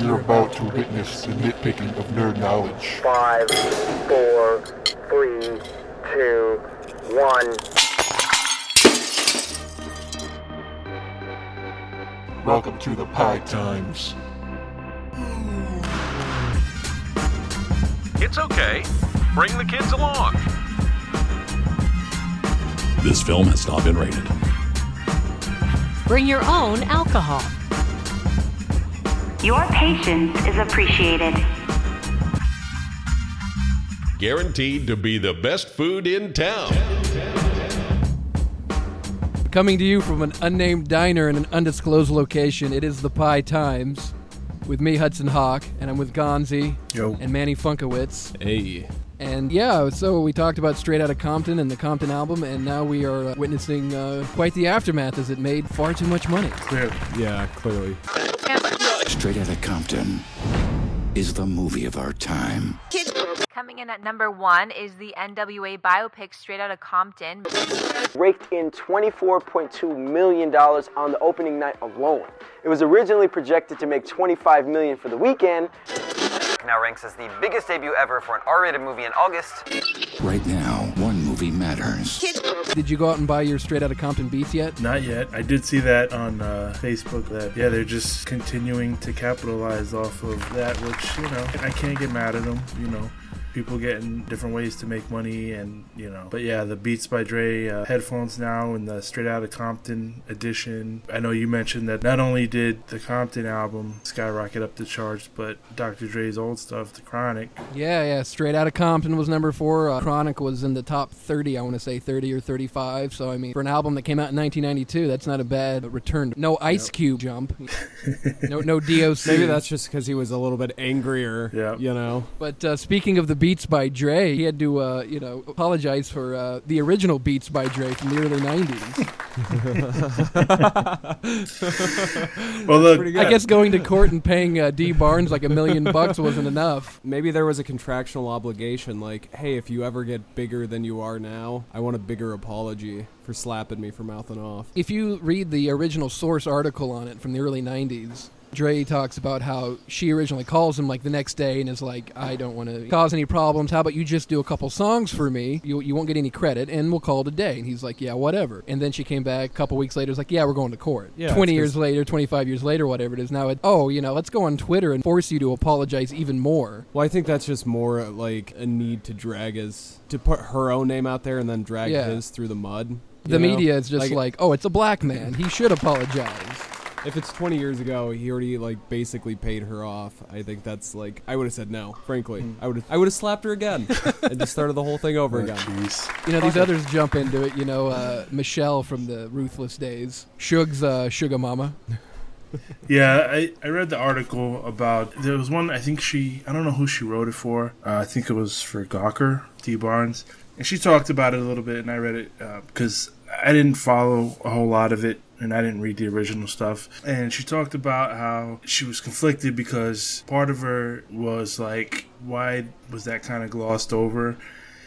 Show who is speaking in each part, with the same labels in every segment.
Speaker 1: You're about to witness the nitpicking of nerd knowledge.
Speaker 2: Five, four, three, two, one.
Speaker 1: Welcome to the Pie Times.
Speaker 3: It's okay. Bring the kids along.
Speaker 4: This film has not been rated.
Speaker 5: Bring your own alcohol.
Speaker 6: Your patience is appreciated.
Speaker 7: Guaranteed to be the best food in town.
Speaker 8: Coming to you from an unnamed diner in an undisclosed location, it is the Pie Times. With me, Hudson Hawk, and I'm with Gonzi and Manny Funkowitz.
Speaker 9: Hey.
Speaker 8: And yeah, so we talked about Straight Outta Compton and the Compton album, and now we are uh, witnessing uh, quite the aftermath as it made far too much money.
Speaker 9: Yeah, clearly.
Speaker 10: Straight Outta Compton is the movie of our time.
Speaker 11: Coming in at number one is the NWA biopic Straight Outta Compton.
Speaker 2: Raked in $24.2 million on the opening night alone. It was originally projected to make 25 million for the weekend.
Speaker 12: now ranks as the biggest debut ever for an R-rated movie in August.
Speaker 10: Right now, one movie matters.
Speaker 8: Did you go out and buy your Straight Outta Compton beats yet?
Speaker 13: Not yet. I did see that on uh, Facebook that, yeah, they're just continuing to capitalize off of that, which, you know, I can't get mad at them, you know. People getting different ways to make money, and you know, but yeah, the Beats by Dre uh, headphones now and the Straight Outta Compton edition. I know you mentioned that not only did the Compton album skyrocket up the charts, but Dr. Dre's old stuff, The Chronic,
Speaker 8: Yeah, yeah. Straight Outta Compton was number four. Uh, Chronic was in the top 30, I want to say 30 or 35. So, I mean, for an album that came out in 1992, that's not a bad return. No Ice Cube jump. no, no DOC.
Speaker 9: Maybe that's just because he was a little bit angrier.
Speaker 13: Yeah.
Speaker 9: You know?
Speaker 8: But uh, speaking of the beats by Dre, he had to, uh, you know, apologize for uh, the original beats by Dre from the early 90s.
Speaker 13: Well, look,
Speaker 9: pretty good.
Speaker 8: I guess going to court and paying uh, D Barnes like a million bucks wasn't enough.
Speaker 9: Maybe there was a contractual obligation like, hey, if you ever get bigger than you are now, I want a bigger apology for slapping me for mouthing off.
Speaker 8: If you read the original source article on it from the early 90s, Dre talks about how she originally calls him like the next day and is like, I don't want to cause any problems. How about you just do a couple songs for me? You, you won't get any credit and we'll call it a day. And he's like, Yeah, whatever. And then she came back a couple weeks later, is like, Yeah, we're going to court.
Speaker 9: Yeah,
Speaker 8: 20
Speaker 9: it's
Speaker 8: years
Speaker 9: 'cause-
Speaker 8: later, 25 years later, whatever it is. Now, it, oh, you know, let's go on Twitter and force you to apologize even more.
Speaker 9: Well, I think that's just more uh, like a need to drag his, to put her own name out there and then drag
Speaker 8: Yeah.
Speaker 9: his through the mud. you
Speaker 8: The
Speaker 9: know?
Speaker 8: media is just like, Oh, it's a black man. He should apologize.
Speaker 9: If it's 20 years ago, he already like basically paid her off. I think that's like I would have said no. Frankly, I would I would have slapped her again and just started the whole thing over again.
Speaker 8: You know, these others jump into it. You know, uh, Michelle from the Ruthless Days, Suge's uh, Sugar Mama.
Speaker 13: Yeah, I, I read the article about there was one I think she I don't know who she wrote it for. Uh, I think it was for Gawker D Barnes, and she talked about it a little bit, and I read it because I didn't follow a whole lot of it, and I didn't read the original stuff. And she talked about how she was conflicted because part of her was like, why was that kind of glossed over?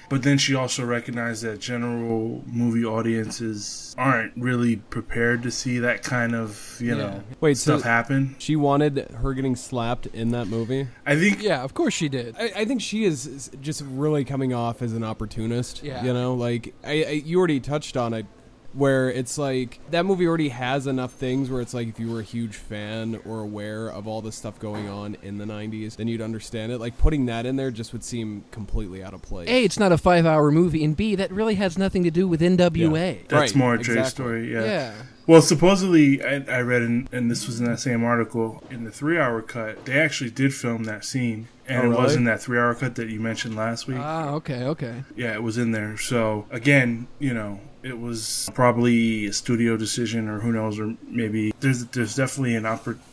Speaker 13: But then she also recognized that general movie audiences aren't really prepared to see that kind of, you know,
Speaker 9: Wait, so-
Speaker 13: stuff happen.
Speaker 9: She wanted her getting slapped in that movie.
Speaker 13: I think
Speaker 8: Yeah, of course she did.
Speaker 9: I, I think she is is just really coming off as an opportunist.
Speaker 8: Yeah.
Speaker 9: You know, like I, I you already touched on it where it's like that movie already has enough things where it's like if you were a huge fan or aware of all the stuff going on in the 90s then you'd understand it like putting that in there just would seem completely out of place
Speaker 8: A, it's not a five-hour movie, and B, that really has nothing to do with NWA.
Speaker 13: that's
Speaker 9: Right,
Speaker 13: more a Dre
Speaker 9: exactly.
Speaker 13: story. Yeah.
Speaker 8: Yeah.
Speaker 13: Well, supposedly, I, I read, in, and this was in that same article, in the three hour cut, they actually did film that scene. And
Speaker 9: Oh,
Speaker 13: it was
Speaker 9: really?
Speaker 13: in that three hour cut that you mentioned last week.
Speaker 8: Ah, okay, okay.
Speaker 13: yeah, it was in there. So, again, you know. It was probably a studio decision, or who knows, or maybe there's there's definitely an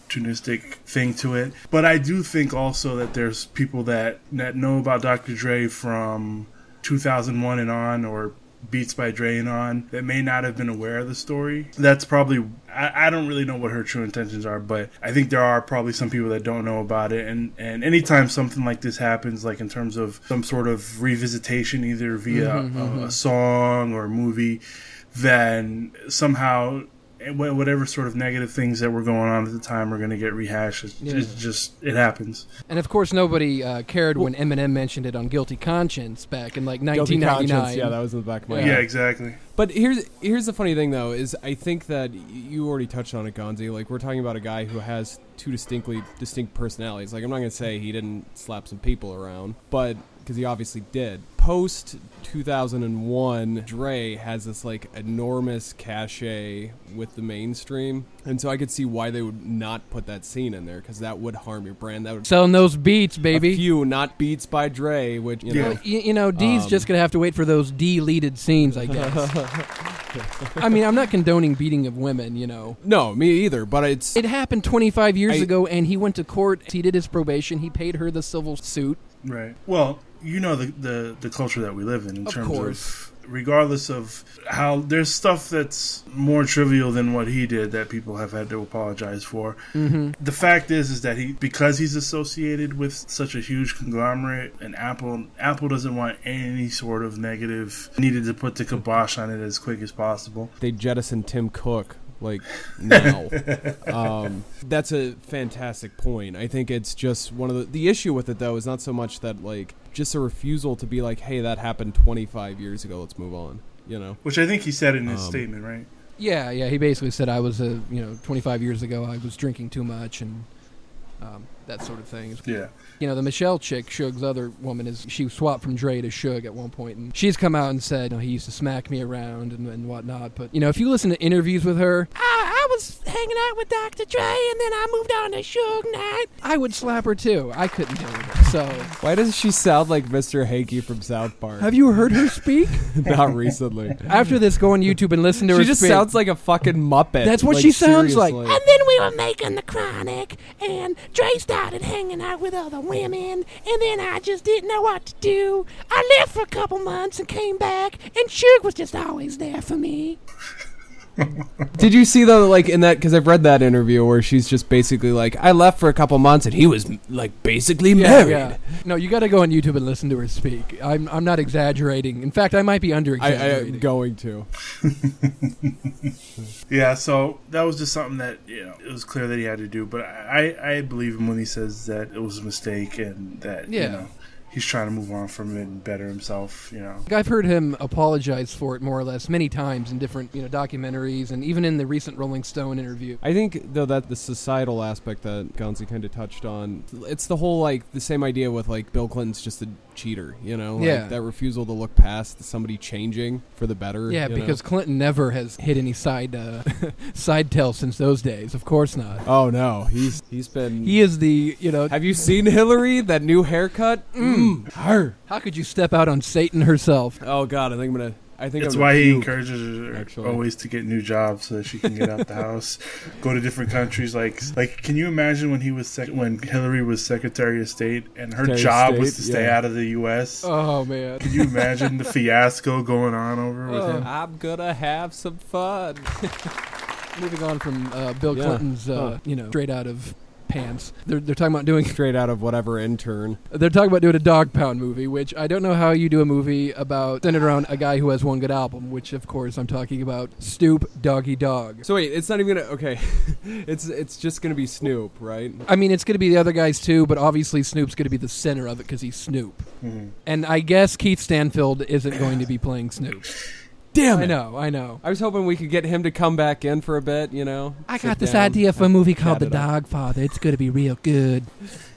Speaker 13: opportunistic thing to it. But I do think also that there's people that that know about Dr. Dre from 2001 and on, or Beats by Dre and on, that may not have been aware of the story. That's probably, I, I don't really know what her true intentions are, but I think there are probably some people that don't know about it. And, and anytime something like this happens, like in terms of some sort of revisitation, either via a, a song or a movie, then somehow and wh- whatever sort of negative things that were going on at the time are going to get rehashed. It's,
Speaker 8: Yeah.
Speaker 13: it's just it happens.
Speaker 8: And of course, nobody uh, cared when Eminem mentioned it on Guilty Conscience back in like
Speaker 9: Guilty
Speaker 8: 1999.
Speaker 9: Conscience, Yeah, that was in the back of my
Speaker 13: Yeah, exactly.
Speaker 9: But here's here's the funny thing though is I think that y- you already touched on it, Gonzi. Like we're talking about a guy who has two distinctly distinct personalities. Like I'm not gonna say he didn't slap some people around, but because he obviously did. Post 2001, Dre has this like enormous cachet with the mainstream, and so I could see why they would not put that scene in there because that would harm your brand. That would
Speaker 8: Selling those beats, baby.
Speaker 9: A few not beats by Dre, which you know,
Speaker 8: Well, y- you know, D's
Speaker 9: um,
Speaker 8: just gonna have to wait for those deleted scenes, I guess. I mean, I'm not condoning beating of women, you know.
Speaker 9: No, me either. But it's
Speaker 8: it happened 25 years
Speaker 9: I-
Speaker 8: ago, and he went to court. He did his probation. He paid her the civil suit.
Speaker 13: Right. Well, you know the the, the culture that we live in in
Speaker 8: Of
Speaker 13: terms
Speaker 8: course.
Speaker 13: of regardless of how there's stuff that's more trivial than what he did that people have had to apologize for.
Speaker 8: Mm-hmm.
Speaker 14: Mhm.
Speaker 13: The fact is is that he because he's associated with such a huge conglomerate and Apple Apple doesn't want any sort of negative needed to put the kibosh on it as quick as possible.
Speaker 9: they jettison Tim Cook like now. um, that's a fantastic point. I think it's just one of the the issue with it though is not so much that like just a refusal to be like, hey, that happened 25 years ago. Let's move on. You know,
Speaker 13: Which I think he said in his
Speaker 9: Um,
Speaker 13: statement, right?
Speaker 8: Yeah, yeah. He basically said I was a you know 25 years ago I was drinking too much and um, that sort of thing.
Speaker 13: Yeah.
Speaker 8: You know the Michelle chick, Suge's other woman, is she was swapped from Dre to Suge at one point, and she's come out and said you know, he used to smack me around and, and whatnot. But you know if you listen to interviews with her, I, I was hanging out with Dr. Dre and then I moved on to Suge Knight. I would slap her too. I couldn't do it. So
Speaker 9: Why does she sound like Mr. Hankey from South Park?
Speaker 8: have you heard her speak?
Speaker 9: Not recently.
Speaker 8: After this, go on YouTube and listen to
Speaker 9: she
Speaker 8: her.
Speaker 9: just
Speaker 8: speak.
Speaker 9: sounds like a fucking Muppet.
Speaker 8: That's what
Speaker 9: Like,
Speaker 8: she sounds
Speaker 9: seriously.
Speaker 8: like. And then we were making the chronic, and Dre started hanging out with other women, and then I just didn't know what to do. I left for a couple months and came back, and Suge was just always there for me.
Speaker 9: Did you see though, like in that? Because I've read that interview where she's just basically like, "I left for a couple months and he was like basically married."
Speaker 8: No, you got to go on YouTube and listen to her speak. I'm, I'm not exaggerating. In fact, I might be under
Speaker 9: I, I am going to.
Speaker 13: Yeah, so that was just something that you know it was clear that he had to do, but I I believe him when he says that it was a mistake and that
Speaker 8: Yeah.
Speaker 13: you know he's trying to move on from it and better himself. You know,
Speaker 8: I've heard him apologize for it more or less many times in different, you know, documentaries and even in the recent Rolling Stone interview.
Speaker 9: I think though that the societal aspect that Gonzi kind of touched on, it's the whole like the same idea with like Bill Clinton's just a cheater, you know? Like,
Speaker 8: Yeah.
Speaker 9: That refusal to look past somebody changing for the better.
Speaker 8: Yeah,
Speaker 9: you know?
Speaker 8: because Clinton never has hit any side uh, side tail since those days. Of course not.
Speaker 9: Oh no, he's he's been
Speaker 8: He is the you know.
Speaker 9: Have you seen Hillary? That new haircut. Mm. Her.
Speaker 8: How could you step out on Satan herself?
Speaker 9: Oh god, I think I'm gonna. I think
Speaker 13: that's
Speaker 9: I'm
Speaker 13: why he
Speaker 9: puke.
Speaker 13: encourages her
Speaker 9: actually.
Speaker 13: always to get new jobs so that she can get out the house, go to different countries. Like like, can you imagine when he was sec- when Hillary was Secretary of State and her
Speaker 9: Secretary of
Speaker 13: job was to
Speaker 9: State,
Speaker 13: stay
Speaker 9: yeah.
Speaker 13: out of the U.S.
Speaker 8: Oh man.
Speaker 13: Can you imagine the fiasco going on over
Speaker 9: Oh,
Speaker 13: with him?
Speaker 9: I'm gonna have some fun.
Speaker 8: Moving on from uh, Bill
Speaker 9: Yeah.
Speaker 8: Clinton's, uh,
Speaker 9: Huh.
Speaker 8: you know, straight out of pants. They're they're talking about doing
Speaker 9: Straight out of whatever intern.
Speaker 8: they're talking about doing a Dog Pound movie, which I don't know how you do a movie about centered around a guy who has one good album, which of course I'm talking about Stoop Doggy Dog.
Speaker 9: So wait, it's not even gonna. Okay, it's it's just gonna be Snoop, right?
Speaker 8: I mean, it's going to be the other guys too, but obviously Snoop's going to be the center of it because he's Snoop. And I guess Keith Stanfield isn't going to be playing Snoop.
Speaker 9: Damn
Speaker 8: I
Speaker 9: it.
Speaker 8: know, I know.
Speaker 9: I was hoping we could get him to come back in for a bit. You know.
Speaker 8: I
Speaker 9: Sit
Speaker 8: got this
Speaker 9: down,
Speaker 8: idea for a
Speaker 9: have-
Speaker 8: movie called
Speaker 9: chat
Speaker 8: The
Speaker 9: it up.
Speaker 8: Dog Father. It's going to be real good.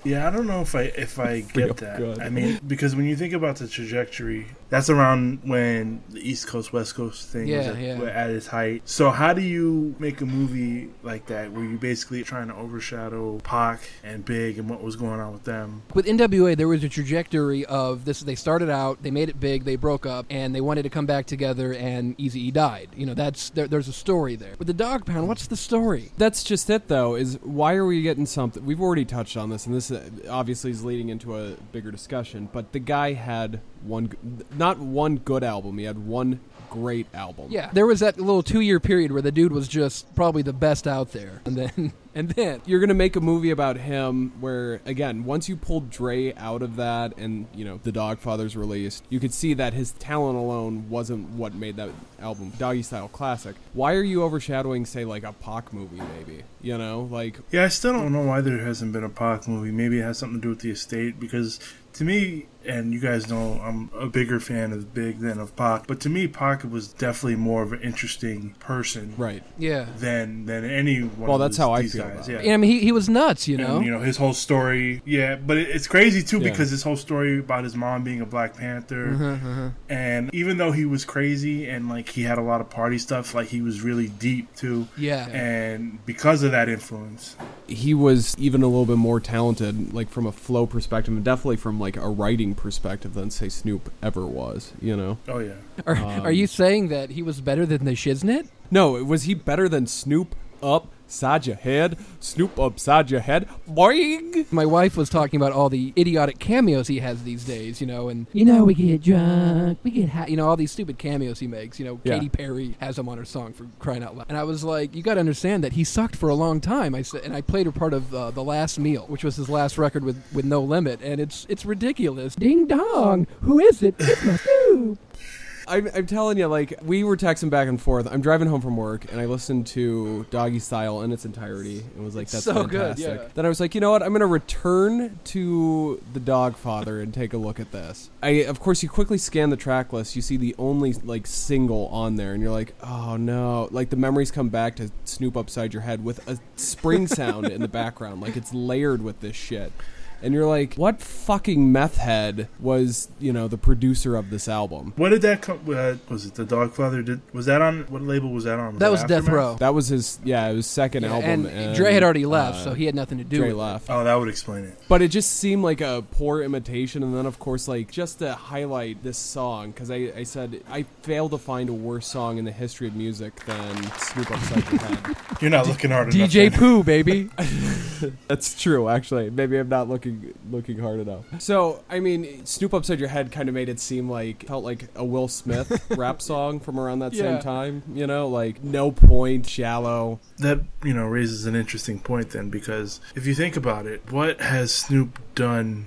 Speaker 13: Yeah, I don't know if I if I
Speaker 9: Real
Speaker 8: Oh,
Speaker 13: get that.
Speaker 9: good.
Speaker 13: I mean, because when you think about the trajectory, that's around when the East Coast West Coast thing was
Speaker 8: Yeah,
Speaker 13: at,
Speaker 8: yeah.
Speaker 13: were at its height. So how do you make a movie like that where you basically trying to overshadow Pac and Big and what was going on with them?
Speaker 8: With NWA, there was a trajectory of this. They started out, they made it big, they broke up, and they wanted to come back together, and Easy E died. You know, that's there, there's a story there. With the Dog Pound, what's the story?
Speaker 9: That's just it, though. Is why are we getting something? We've already touched on this, and this uh, obviously is leading into a bigger discussion. But the guy had one, g- not one good album. He had one great album.
Speaker 8: Yeah, there was that little two-year period where the dude was just probably the best out there, and then and then
Speaker 9: you're gonna make a movie about him where again once you pulled Dre out of that and you know the Dogfather's released you could see that his talent alone wasn't what made that album Doggy Style classic why are you overshadowing say like a Pac movie maybe you know like
Speaker 13: yeah I still don't know why there hasn't been a Pac movie maybe it has something to do with the estate because to me and you guys know I'm a bigger fan of Big than of Pac, but to me Pac was definitely more of an interesting person,
Speaker 9: right?
Speaker 8: Yeah,
Speaker 13: than than any one.
Speaker 9: Well,
Speaker 13: of
Speaker 9: that's
Speaker 13: these-
Speaker 9: how I
Speaker 13: these
Speaker 9: feel.
Speaker 13: guys,
Speaker 9: about
Speaker 13: yeah.
Speaker 9: it.
Speaker 8: I mean he, he was nuts, you know.
Speaker 13: And, you know his whole story. Yeah, but it, it's crazy too
Speaker 8: Yeah.
Speaker 13: because his whole story about his mom being a Black Panther,
Speaker 9: Mm-hmm,
Speaker 8: Mhm, mhm.
Speaker 13: and even though he was crazy and like he had a lot of party stuff, like he was really deep too.
Speaker 8: Yeah.
Speaker 13: and because of that influence,
Speaker 9: he was even a little bit more talented, like from a flow perspective, and definitely from like a writing perspective than say Snoop ever was. You know?
Speaker 13: Oh yeah.
Speaker 8: Are, are you saying that he was better than the Shiznit?
Speaker 9: No, was he better than Snoop up? Side your head, Snoop upside your head, boing.
Speaker 8: My wife was talking about all the idiotic cameos he has these days, you know, and
Speaker 14: You know, we get drunk,
Speaker 8: we get ha- you know all these stupid cameos he makes. You know,
Speaker 14: Yeah.
Speaker 8: Katy Perry has him on her song for crying out loud. And I was like, you got to understand that he sucked for a long time. I said, and I played a part of uh, the Last Meal, which was his last record with with No Limit, and it's it's ridiculous. Ding dong, who is it? It's my Snoop.
Speaker 9: I'm, I'm telling you, like, we were texting back and forth. I'm driving home from work, and I listened to Doggy Style in its entirety and was like, that's
Speaker 8: So good,
Speaker 9: fantastic.
Speaker 8: yeah.
Speaker 9: Then I was like, you know what? I'm going to return to The Dogfather and take a look at this. I, of course, you quickly scan the track list. You see the only, like, single on there, and you're like, oh, no. Like, the memories come back to Snoop Upside Your Head with a spring sound in the background. Like, it's layered with this shit. And you're like, what fucking meth head was, you know, the producer of this album?
Speaker 13: What did that come? Uh, was it the Dogfather? Did was that on what label was that on? Aftermath?
Speaker 9: That was his. Yeah, it was second
Speaker 13: Yeah,
Speaker 9: album.
Speaker 13: and Dre had already
Speaker 8: left, so he had nothing to do
Speaker 9: Dre
Speaker 8: with it.
Speaker 9: left.
Speaker 13: Oh, that would explain it.
Speaker 9: But it just seemed like a poor imitation, and then of course, like just to highlight this song, because I, I said I fail to find a worse song in the history of music than Snoop Upside Your Head.
Speaker 13: You're not looking hard enough.
Speaker 9: DJ
Speaker 13: then.
Speaker 9: Pooh, baby. That's true, actually. Maybe I'm not looking looking hard enough. So, I mean, Snoop Upside Your Head kind of made it seem like felt like a Will Smith rap song from around that
Speaker 13: Yeah.
Speaker 9: same time. You know, like no point, shallow.
Speaker 13: that you know raises an interesting point then because if you think about it what has snoop done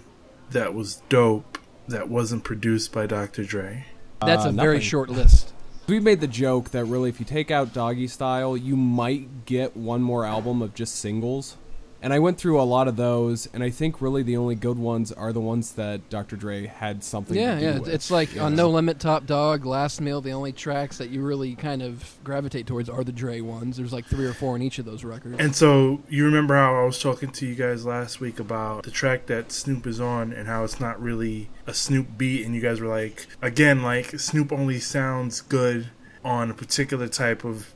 Speaker 13: that was dope that wasn't produced by dr dre
Speaker 8: That's
Speaker 9: Uh,
Speaker 8: a very
Speaker 9: nothing.
Speaker 8: short list.
Speaker 9: We made the joke that really, if you take out Doggy Style, you might get one more album of just singles. And I went through a lot of those, and I think really the only good ones are the ones that Dr. Dre had something
Speaker 8: Yeah,
Speaker 9: to do
Speaker 8: yeah.
Speaker 9: with.
Speaker 8: It's like
Speaker 9: Yeah.
Speaker 8: on No Limit, Top Dog, Last Meal. The only tracks that you really kind of gravitate towards are the Dre ones. There's like three or four in each of those records.
Speaker 13: and so you remember how i was talking to you guys last week about the track that snoop is on and how it's not really a snoop beat and you guys were like again like snoop only sounds good on a particular type of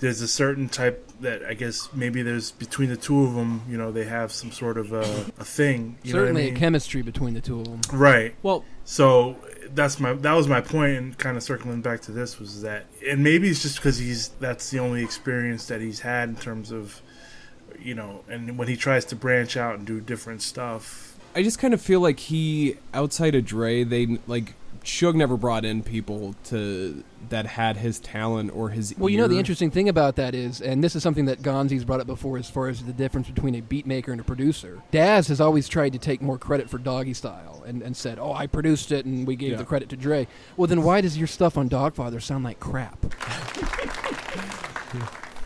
Speaker 13: there's a certain type that i guess maybe there's between the two of them you know they have some sort of a, a thing you know what I
Speaker 8: Certainly
Speaker 13: mean?
Speaker 8: a chemistry between the two of them.
Speaker 13: Right.
Speaker 9: Well,
Speaker 13: so that's my that was my point, and kind of circling back to this was that, and maybe it's just because he's that's the only experience that he's had in terms of, you know, and when he tries to branch out and do different stuff.
Speaker 9: I just kind of feel like he, outside of Dre, they like Suge never brought in people to that had his talent or his.
Speaker 8: Well, you know the
Speaker 9: ear.
Speaker 8: interesting thing about that is, and this is something that Gonzi's brought up before, as far as the difference between a beat maker and a producer. Daz has always tried to take more credit for Doggy Style and, and said, "Oh, I produced it, and we gave
Speaker 9: Yeah.
Speaker 8: the credit to Dre." Well, then why does your stuff on Dogfather sound like crap?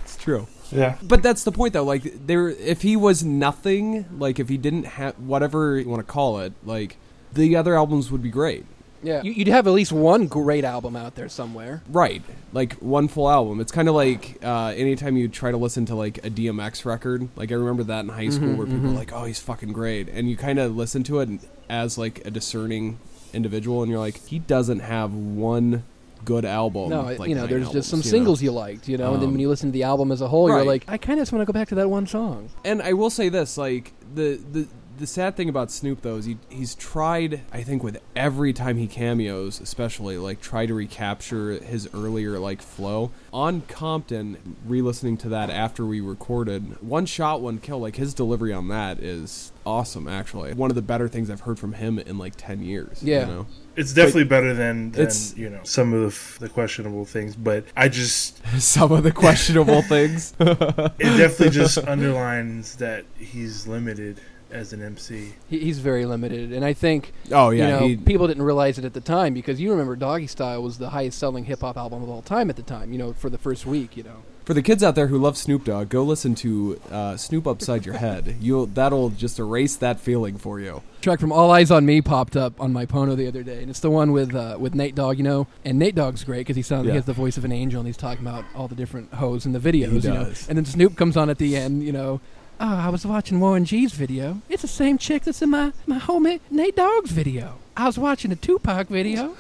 Speaker 9: It's true.
Speaker 13: Yeah.
Speaker 9: But that's the point though. Like there if he was nothing, like if he didn't have whatever you want to call it, like the other albums would be great.
Speaker 8: Yeah, you, you'd have at least one great album out there somewhere.
Speaker 9: Right. Like one full album. It's kind of like uh, anytime you try to listen to like a DMX record. Like I remember that in high school
Speaker 8: Mhm,
Speaker 9: where people
Speaker 8: mhm.
Speaker 9: were like, "Oh, he's fucking great." And you kind of listen to it as like a discerning individual and you're like, "He doesn't have one good album."
Speaker 8: no, it-
Speaker 9: like
Speaker 8: you know,
Speaker 9: nine
Speaker 8: there's just some
Speaker 9: albums, you know?
Speaker 8: singles you liked, you know, and then when
Speaker 9: Um,
Speaker 8: you listen to the album as a whole, you're
Speaker 9: right.
Speaker 8: like, I kind of just want to go back to that one song.
Speaker 9: And I will say this, like the the The sad thing about Snoop though is he he's tried I think with every time he cameos, especially like try to recapture his earlier like flow on Compton. Re-listening to that after we recorded, one shot, one kill. Like his delivery on that is awesome. Actually, one of the better things I've heard from him in like ten years. you know?
Speaker 13: It's definitely
Speaker 9: But
Speaker 13: better than, than
Speaker 9: it's-
Speaker 13: you know some of the, f- the questionable things, but I just
Speaker 9: some of the questionable things.
Speaker 13: it definitely just underlines that he's limited as an MC.
Speaker 8: He, he's very limited, and I think
Speaker 9: Oh, yeah,
Speaker 8: you know,
Speaker 9: he-
Speaker 8: people didn't realize it at the time because you remember Doggy Style was the highest selling hip hop album of all time at the time. You know, for the first week, you know.
Speaker 9: For the kids out there who love Snoop Dogg, go listen to uh, Snoop Upside Your Head. You'll that'll just erase that feeling for you.
Speaker 8: track from All Eyes on Me popped up on my Pono the other day, and it's the one with uh, with Nate Dogg, you know. And Nate Dogg's great because he sounds
Speaker 9: Yeah.
Speaker 8: he has the voice of an angel, and he's talking about all the different hoes in the videos, you know.
Speaker 9: does.
Speaker 8: And then Snoop comes on at the end, you know. Oh, I was watching Warren G's video. It's the same chick that's in my my homie Nate Dogg's video. I was watching a Tupac video.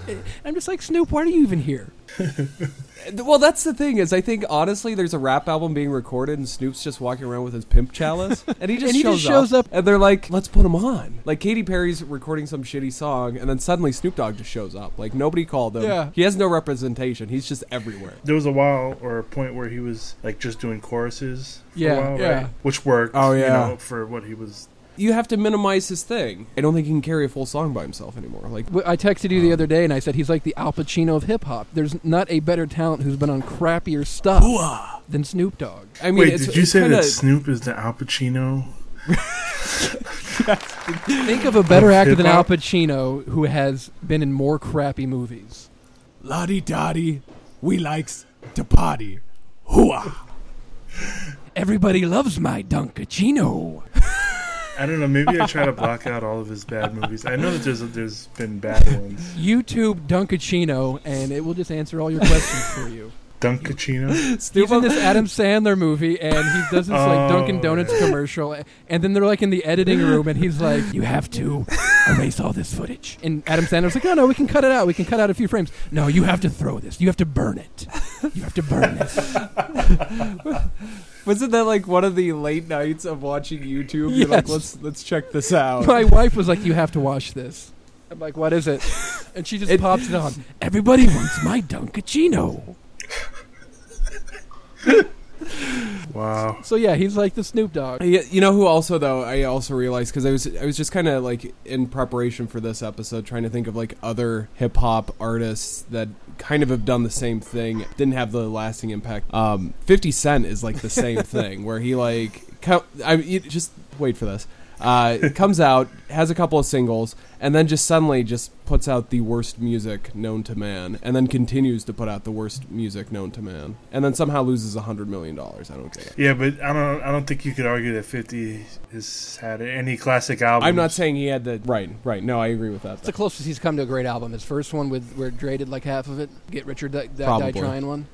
Speaker 8: I'm just like Snoop. Why are you even here?
Speaker 9: Well, that's the thing is, I think honestly, there's a rap album being recorded, and Snoop's just walking around with his pimp chalice, and he just
Speaker 8: And he
Speaker 9: shows,
Speaker 8: just shows
Speaker 9: up, and they're like, "Let's put him on." Like Katy Perry's recording some shitty song, and then suddenly Snoop Dogg just shows up. Like nobody called him.
Speaker 13: Yeah.
Speaker 9: He has no representation. He's just everywhere.
Speaker 13: There was a while or a point where he was like just doing choruses. For
Speaker 9: Yeah,
Speaker 13: a while,
Speaker 9: yeah.
Speaker 13: right? which worked.
Speaker 9: Oh, yeah.
Speaker 13: you know, for what he was.
Speaker 9: You have to minimize his thing. I don't think he can carry a full song by himself anymore. Like
Speaker 8: Wh- I texted you the
Speaker 13: Uh-huh.
Speaker 8: other day and I said he's like the Al Pacino of hip hop. There's not a better talent who's been on crappier stuff than Snoop Dogg.
Speaker 9: I mean,
Speaker 13: Wait,
Speaker 9: it's-
Speaker 13: did you
Speaker 9: it's
Speaker 13: say
Speaker 9: kinda-
Speaker 13: that Snoop is the Al Pacino?
Speaker 8: Think of a better
Speaker 13: Of
Speaker 8: actor than Al
Speaker 13: hip-hop?
Speaker 8: Pacino who has been in more crappy movies.
Speaker 9: Lottie Dottie, we likes to potty. Hooah!
Speaker 8: Everybody loves my Dunkachino.
Speaker 13: I don't know. Maybe I try to block out all of his bad movies. I know that there's there's been bad ones.
Speaker 8: YouTube Dunkachino, and it will just answer all your questions for you.
Speaker 13: Dunkachino.
Speaker 8: He's in this Adam Sandler movie, and he does this like Dunkin'
Speaker 13: Oh,
Speaker 8: Donuts commercial, and then they're like in the editing room, and he's like, "You have to erase all this footage." And Adam Sandler's like, "No, no, we can cut it out. We can cut out a few frames. No, you have to throw this. You have to burn it. You have to burn this."
Speaker 9: Wasn't that like one of the late nights of watching YouTube? You're like,
Speaker 8: Yes.
Speaker 9: let's let's check this out.
Speaker 8: My wife was like, "You have to watch this." I'm like, "What is it?" And she just
Speaker 9: It-
Speaker 8: pops it on. Everybody wants my Dunkachino.
Speaker 13: Wow.
Speaker 8: So yeah, he's like the Snoop Dogg.
Speaker 9: Yeah, you know who also though I also realized because I was I was just kind of like in preparation for this episode trying to think of like other hip hop artists that kind of have done the same thing didn't have the lasting impact. Um, Fifty Cent is like the same thing where he like co- I you just wait for this. Uh, comes out, has a couple of singles, and then just suddenly just puts out the worst music known to man, and then continues to put out the worst music known to man, and then somehow loses a hundred million dollars. I don't get it.
Speaker 13: Yeah, but I don't. I don't think you could argue that Fifty has had any classic album.
Speaker 9: I'm not saying he had the right, right. No, I agree with that.
Speaker 8: It's the closest he's come to a great album. His first one with where Dre did like half of it. Get Richard Die, Die, Die
Speaker 9: Probably.
Speaker 8: Trying one.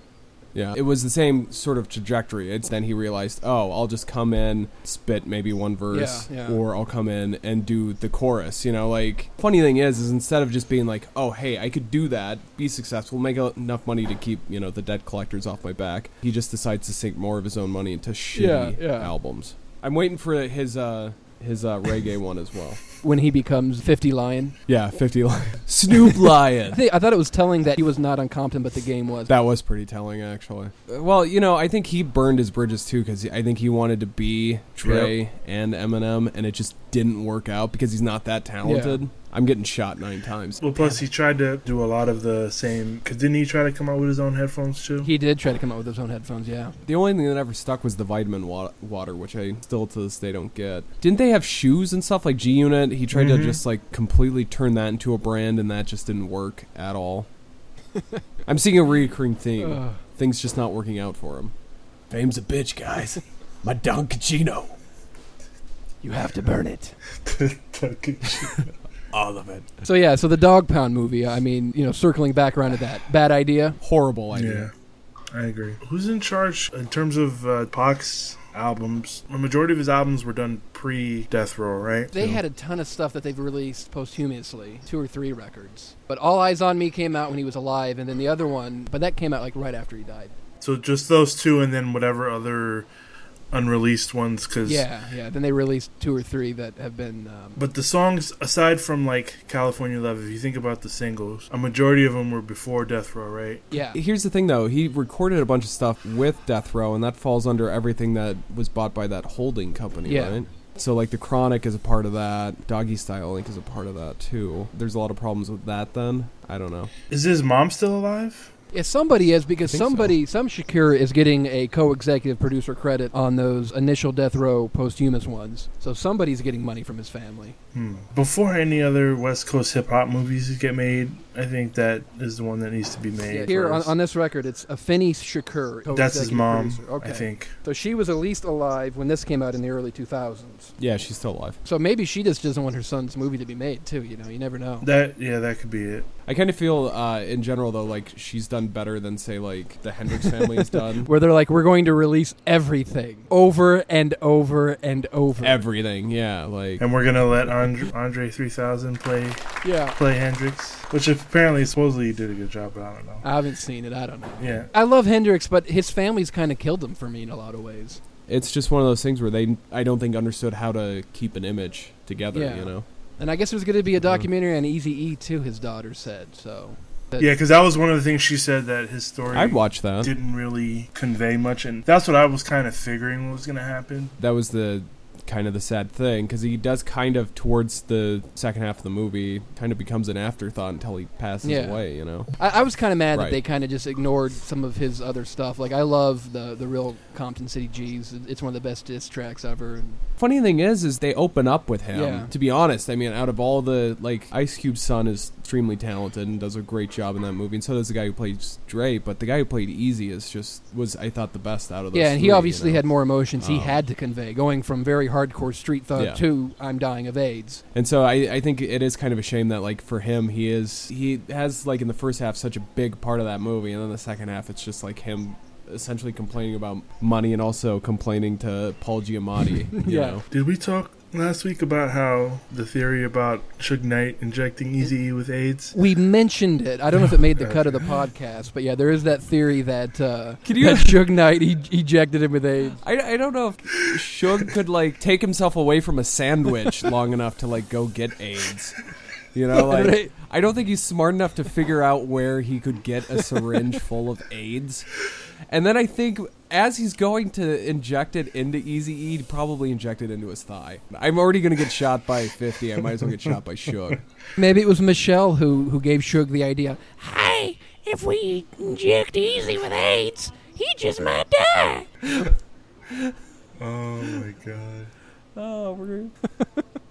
Speaker 9: Yeah, it was the same sort of trajectory. It's then he realized, oh, I'll just come in, spit maybe one verse,
Speaker 8: Yeah, yeah.
Speaker 9: or I'll come in and do the chorus. You know, like funny thing is, is instead of just being like, oh, hey, I could do that, be successful, make a- enough money to keep you know the debt collectors off my back, he just decides to sink more of his own money into shitty
Speaker 8: Yeah, yeah.
Speaker 9: albums. I'm waiting for his uh his uh reggae one as well.
Speaker 8: When he becomes 50 Lion.
Speaker 9: Yeah, fifty li- Snoop Lion.
Speaker 8: I, think, I thought it was telling that he was not on Compton, but the game was.
Speaker 9: That was pretty telling, actually. Uh, Well, you know, I think he burned his bridges too because I think he wanted to be Dre and Eminem, and it just didn't work out because he's not that talented. I'm getting shot nine times.
Speaker 13: Well, plus he tried to do a lot of the same. Cause didn't he try to come out with his own headphones too?
Speaker 8: He did try to come out with his own headphones, yeah.
Speaker 9: The only thing that ever stuck was the vitamin wa- water, which I still to this day don't get. Didn't they have shoes and stuff like G Unit? He tried
Speaker 13: Mhm.
Speaker 9: to just like completely turn that into a brand, and that just didn't work at all. I'm seeing a recurring theme.
Speaker 8: Ugh.
Speaker 9: Things just not working out for him. Fame's a bitch, guys. My Don Cacino.
Speaker 8: You have to burn it.
Speaker 9: All of it.
Speaker 8: So yeah, so the Dog Pound movie, I mean, you know, circling back around to that. Bad idea.
Speaker 9: Horrible
Speaker 13: yeah, I agree. Who's in charge in terms of uh, Pac's albums? The majority of his albums were done pre-Death Row, right?
Speaker 8: They had a ton of stuff that they've released posthumously, two or three records. But All Eyes on Me came out when he was alive, and then the other one, but that came out like right after he died.
Speaker 13: so just those two, and then whatever other unreleased ones because
Speaker 8: yeah, yeah. Then they released two or three that have been. Um,
Speaker 13: But the songs, aside from like California Love, if you think about the singles, a majority of them were before Death Row, right?
Speaker 8: yeah.
Speaker 9: Here's the thing, though. He recorded a bunch of stuff with Death Row, and that falls under everything that was bought by that holding company,
Speaker 8: Yeah.
Speaker 9: right? So, like, the Chronic is a part of that. Doggy Style, I think, is a part of that, too. There's a lot of problems with that, then. I don't know.
Speaker 13: Is his mom still alive?
Speaker 8: Yeah, somebody is because
Speaker 9: I think so.
Speaker 8: somebody, some Shakira is getting a co-executive producer credit on those initial Death Row posthumous ones. So somebody's getting money from his family.
Speaker 13: Hmm. Before any other West Coast hip hop movies get made, I think that is the one that needs to be made.
Speaker 8: Here on,
Speaker 13: first.
Speaker 8: on this record, it's Afeni Shakur.
Speaker 13: That's his
Speaker 8: co-executive
Speaker 13: mom,
Speaker 8: producer.
Speaker 13: I think.
Speaker 8: So she was at least alive when this came out in the early 2000s.
Speaker 9: Yeah, she's still alive.
Speaker 8: So maybe she just doesn't want her son's movie to be made too. You know, you never know.
Speaker 13: that, yeah, that could be it.
Speaker 9: I kind of feel, uh, in general, though, like she's done better than, say, like the Hendrix family has done.
Speaker 8: Where they're like, we're going to release everything over and over and over.
Speaker 9: Everything, yeah. Like,
Speaker 13: And we're gonna let Andre, Andre 3000 play,
Speaker 8: Yeah.
Speaker 13: play Hendrix, which apparently supposedly he did a good job, but I don't know.
Speaker 8: I haven't seen it. I don't know.
Speaker 13: Yeah.
Speaker 8: I love Hendrix, but his family's kind of killed him for me in a lot of ways.
Speaker 9: it's just one of those things where they, I don't think, understood how to keep an image together,
Speaker 8: Yeah.
Speaker 9: you know?
Speaker 8: And I guess there's going to be a documentary on Easy E too. His daughter said so. That-
Speaker 13: Yeah, because that was one of the things she said that his story
Speaker 9: I'd watch that.
Speaker 13: didn't really convey much, and that's what I was kind of figuring was going to happen.
Speaker 9: that was the kind of the sad thing because he does kind of towards the second half of the movie kind of becomes an afterthought until he passes
Speaker 8: Yeah.
Speaker 9: away you know
Speaker 8: I, I was kind of mad
Speaker 9: Right.
Speaker 8: that they kind of just ignored some of his other stuff. Like I love the the real Compton City G's. It's one of the best diss tracks ever. And
Speaker 9: funny thing is is they open up with him
Speaker 8: Yeah.
Speaker 9: to be honest i mean out of all the like ice cube's son is extremely talented and does a great job in that movie and so does the guy who plays dre but the guy who played easy is just was i thought the best out of those
Speaker 8: yeah, and
Speaker 9: three,
Speaker 8: he
Speaker 9: you
Speaker 8: obviously
Speaker 9: know?
Speaker 8: had more emotions he
Speaker 9: Um,
Speaker 8: had to convey, going from very hardcore street thug
Speaker 9: Yeah.
Speaker 8: to I'm dying of AIDS.
Speaker 9: And so I, I think it is kind of a shame that like for him he is he has like in the first half such a big part of that movie and then the second half it's just like him essentially complaining about money and also complaining to Paul Giamatti. You
Speaker 8: Yeah.
Speaker 9: Know?
Speaker 13: Did we talk last week about how the theory about Suge Knight injecting Eazy with AIDS?
Speaker 8: We mentioned it. I don't know if it made the cut of the podcast, but yeah, there is that theory that uh,
Speaker 9: Can you-
Speaker 8: that Suge Knight e- ejected him with AIDS.
Speaker 9: I, I don't know if Suge could like take himself away from a sandwich long enough to like go get AIDS. You know, like
Speaker 8: Right.
Speaker 9: I don't think he's smart enough to figure out where he could get a syringe full of AIDS. And then I think as he's going to inject it into Easy E, he'd probably inject it into his thigh. I'm already gonna get shot by fifty, I might as well get shot by Suge.
Speaker 8: Maybe it was Michelle who who gave Suge the idea.
Speaker 14: Hey, if we inject Easy with AIDS, he just might die.
Speaker 13: Oh my god!
Speaker 9: Oh, we're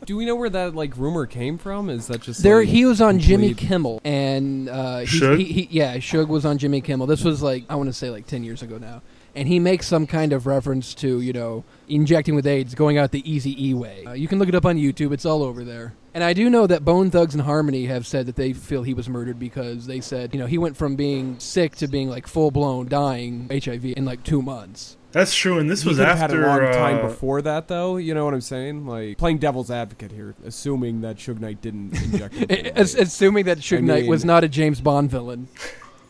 Speaker 9: Do we know where that like rumor came from? Is that just
Speaker 8: There,
Speaker 9: like,
Speaker 8: he was on Jimmy
Speaker 9: complete-
Speaker 8: Kimmel, and uh, he,
Speaker 9: Suge?
Speaker 8: he, he, yeah, Suge was on Jimmy Kimmel. This was like I want to say like ten years ago now, and he makes some kind of reference to you know injecting with AIDS, going out the easy E way. Uh, you can look it up on YouTube; it's all over there. And I do know that Bone Thugs and Harmony have said that they feel he was murdered because they said you know he went from being sick to being like full blown dying HIV in like two months.
Speaker 13: That's true, and this
Speaker 9: he
Speaker 13: was
Speaker 9: could have had
Speaker 13: after
Speaker 9: a long time
Speaker 13: uh,
Speaker 9: before that, though. You know what I'm saying? Like playing devil's advocate here, assuming that Suge Knight didn't inject. him with
Speaker 8: As-
Speaker 9: AIDS.
Speaker 8: assuming that Suge
Speaker 9: I
Speaker 8: Knight was
Speaker 9: mean-
Speaker 8: not a James Bond villain.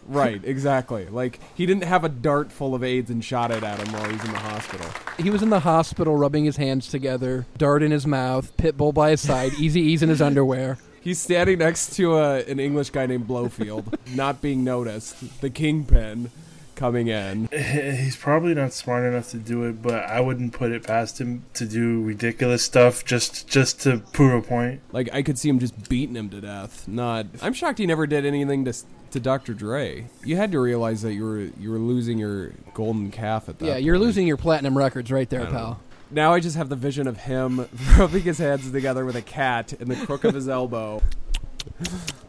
Speaker 9: right, exactly. Like he didn't have a dart full of AIDS and shot it at him while he's in the hospital.
Speaker 8: He was in the hospital rubbing his hands together, dart in his mouth, Pitbull by his side, Easy E's in his underwear.
Speaker 9: He's standing next to a, an English guy named Blowfield, not being noticed. The kingpin coming in.
Speaker 13: He's probably not smart enough to do it, but I wouldn't put it past him to do ridiculous stuff just just to prove a point.
Speaker 9: Like I could see him just beating him to death. Not. I'm shocked he never did anything to s- to Dr. Dre. You had to realize that you were you were losing your golden calf at that.
Speaker 8: yeah, you're losing your platinum records right there,
Speaker 9: I don't know.
Speaker 8: pal.
Speaker 9: Now I just have the vision of him rubbing his hands together with a cat in the crook of his elbow.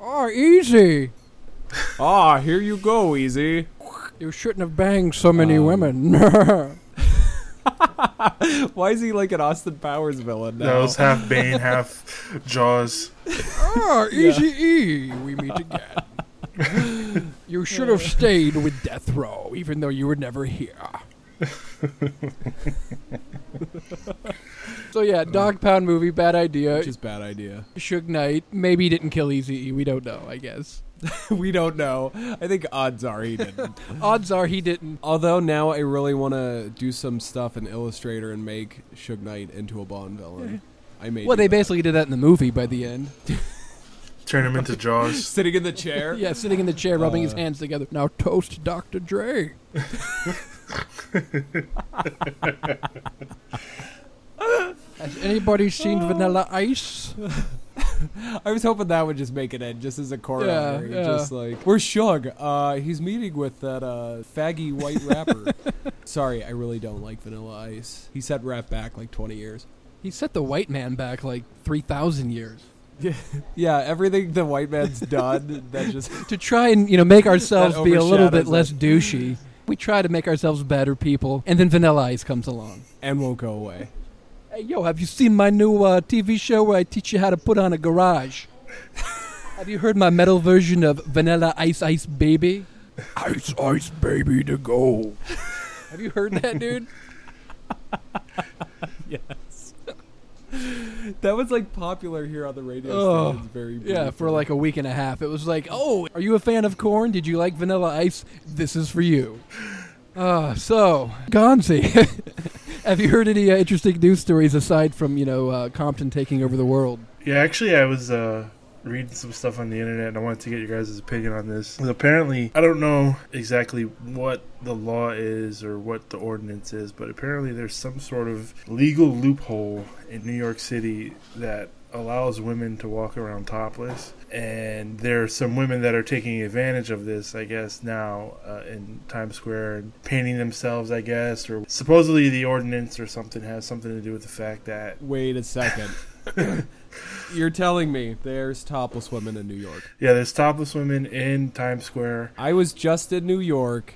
Speaker 8: Oh, easy.
Speaker 9: Ah, here you go, Easy.
Speaker 8: You shouldn't have banged so many
Speaker 9: Um,
Speaker 8: women.
Speaker 9: Why is he like an Austin Powers villain now?
Speaker 13: That was half Bane, half Jaws.
Speaker 8: oh, Easy E, we meet again. you should have stayed with Death Row, even though you were never here. so yeah, Dog Pound movie, bad idea.
Speaker 9: Uh. Which is bad idea.
Speaker 8: Suge Knight maybe didn't kill Easy E. We don't know. I guess
Speaker 9: we don't know. I think odds are he didn't.
Speaker 8: odds are he didn't.
Speaker 9: Although now I really want to do some stuff in Illustrator and make Suge Knight into a Bond villain. I made.
Speaker 8: Well, they basically did that in the movie by the end.
Speaker 13: Turn him into Jaws.
Speaker 9: sitting in the chair.
Speaker 8: yeah, sitting in the chair, rubbing his
Speaker 9: Uh,
Speaker 8: hands together. Now toast Dr. Dre. Has anybody seen Vanilla Ice?
Speaker 9: I was hoping that would just make it end, just as a corollary.
Speaker 8: Yeah, yeah.
Speaker 9: Just like we're Shug. Uh, he's meeting with that uh, faggy white rapper. Sorry, I really don't like Vanilla Ice. He set rap back like twenty years.
Speaker 8: He set the white man back like 3,000 years.
Speaker 9: Yeah, yeah. Everything the white man's done, that just
Speaker 8: to try and you know make ourselves
Speaker 9: That
Speaker 8: be a little bit
Speaker 9: overshadows
Speaker 8: less
Speaker 9: it.
Speaker 8: douchey. We try to make ourselves better people, and then Vanilla Ice comes along.
Speaker 9: and won't go away.
Speaker 8: Hey, yo, have you seen my new uh, TV show where I teach you how to put on a garage? have you heard my metal version of Vanilla Ice Ice Baby?
Speaker 1: Ice, ice, baby, to go.
Speaker 8: Have you heard that, dude?
Speaker 9: Yes. That was like popular here on the radio.
Speaker 8: Oh,
Speaker 9: stations very
Speaker 8: yeah, for
Speaker 9: briefly.
Speaker 8: like a week and a half. It was like, oh, are you a fan of corn? Did you like Vanilla Ice? This is for you. Uh, so, Gonzi, have you heard any uh, interesting news stories aside from, you know, uh, Compton taking over the world?
Speaker 13: Yeah, actually, I was uh, reading some stuff on the internet, and I wanted to get your guys' opinion on this. 'Cause apparently, I don't know exactly what the law is or what the ordinance is, but apparently, there's some sort of legal loophole in New York City that allows women to walk around topless. And there are some women that are taking advantage of this, I guess, now uh, in Times Square and painting themselves, I guess, or supposedly the ordinance or something has something to do with the fact that
Speaker 9: Wait a second. You're telling me there's topless women in New York.
Speaker 13: Yeah, there's topless women in Times Square.
Speaker 9: I was just in New York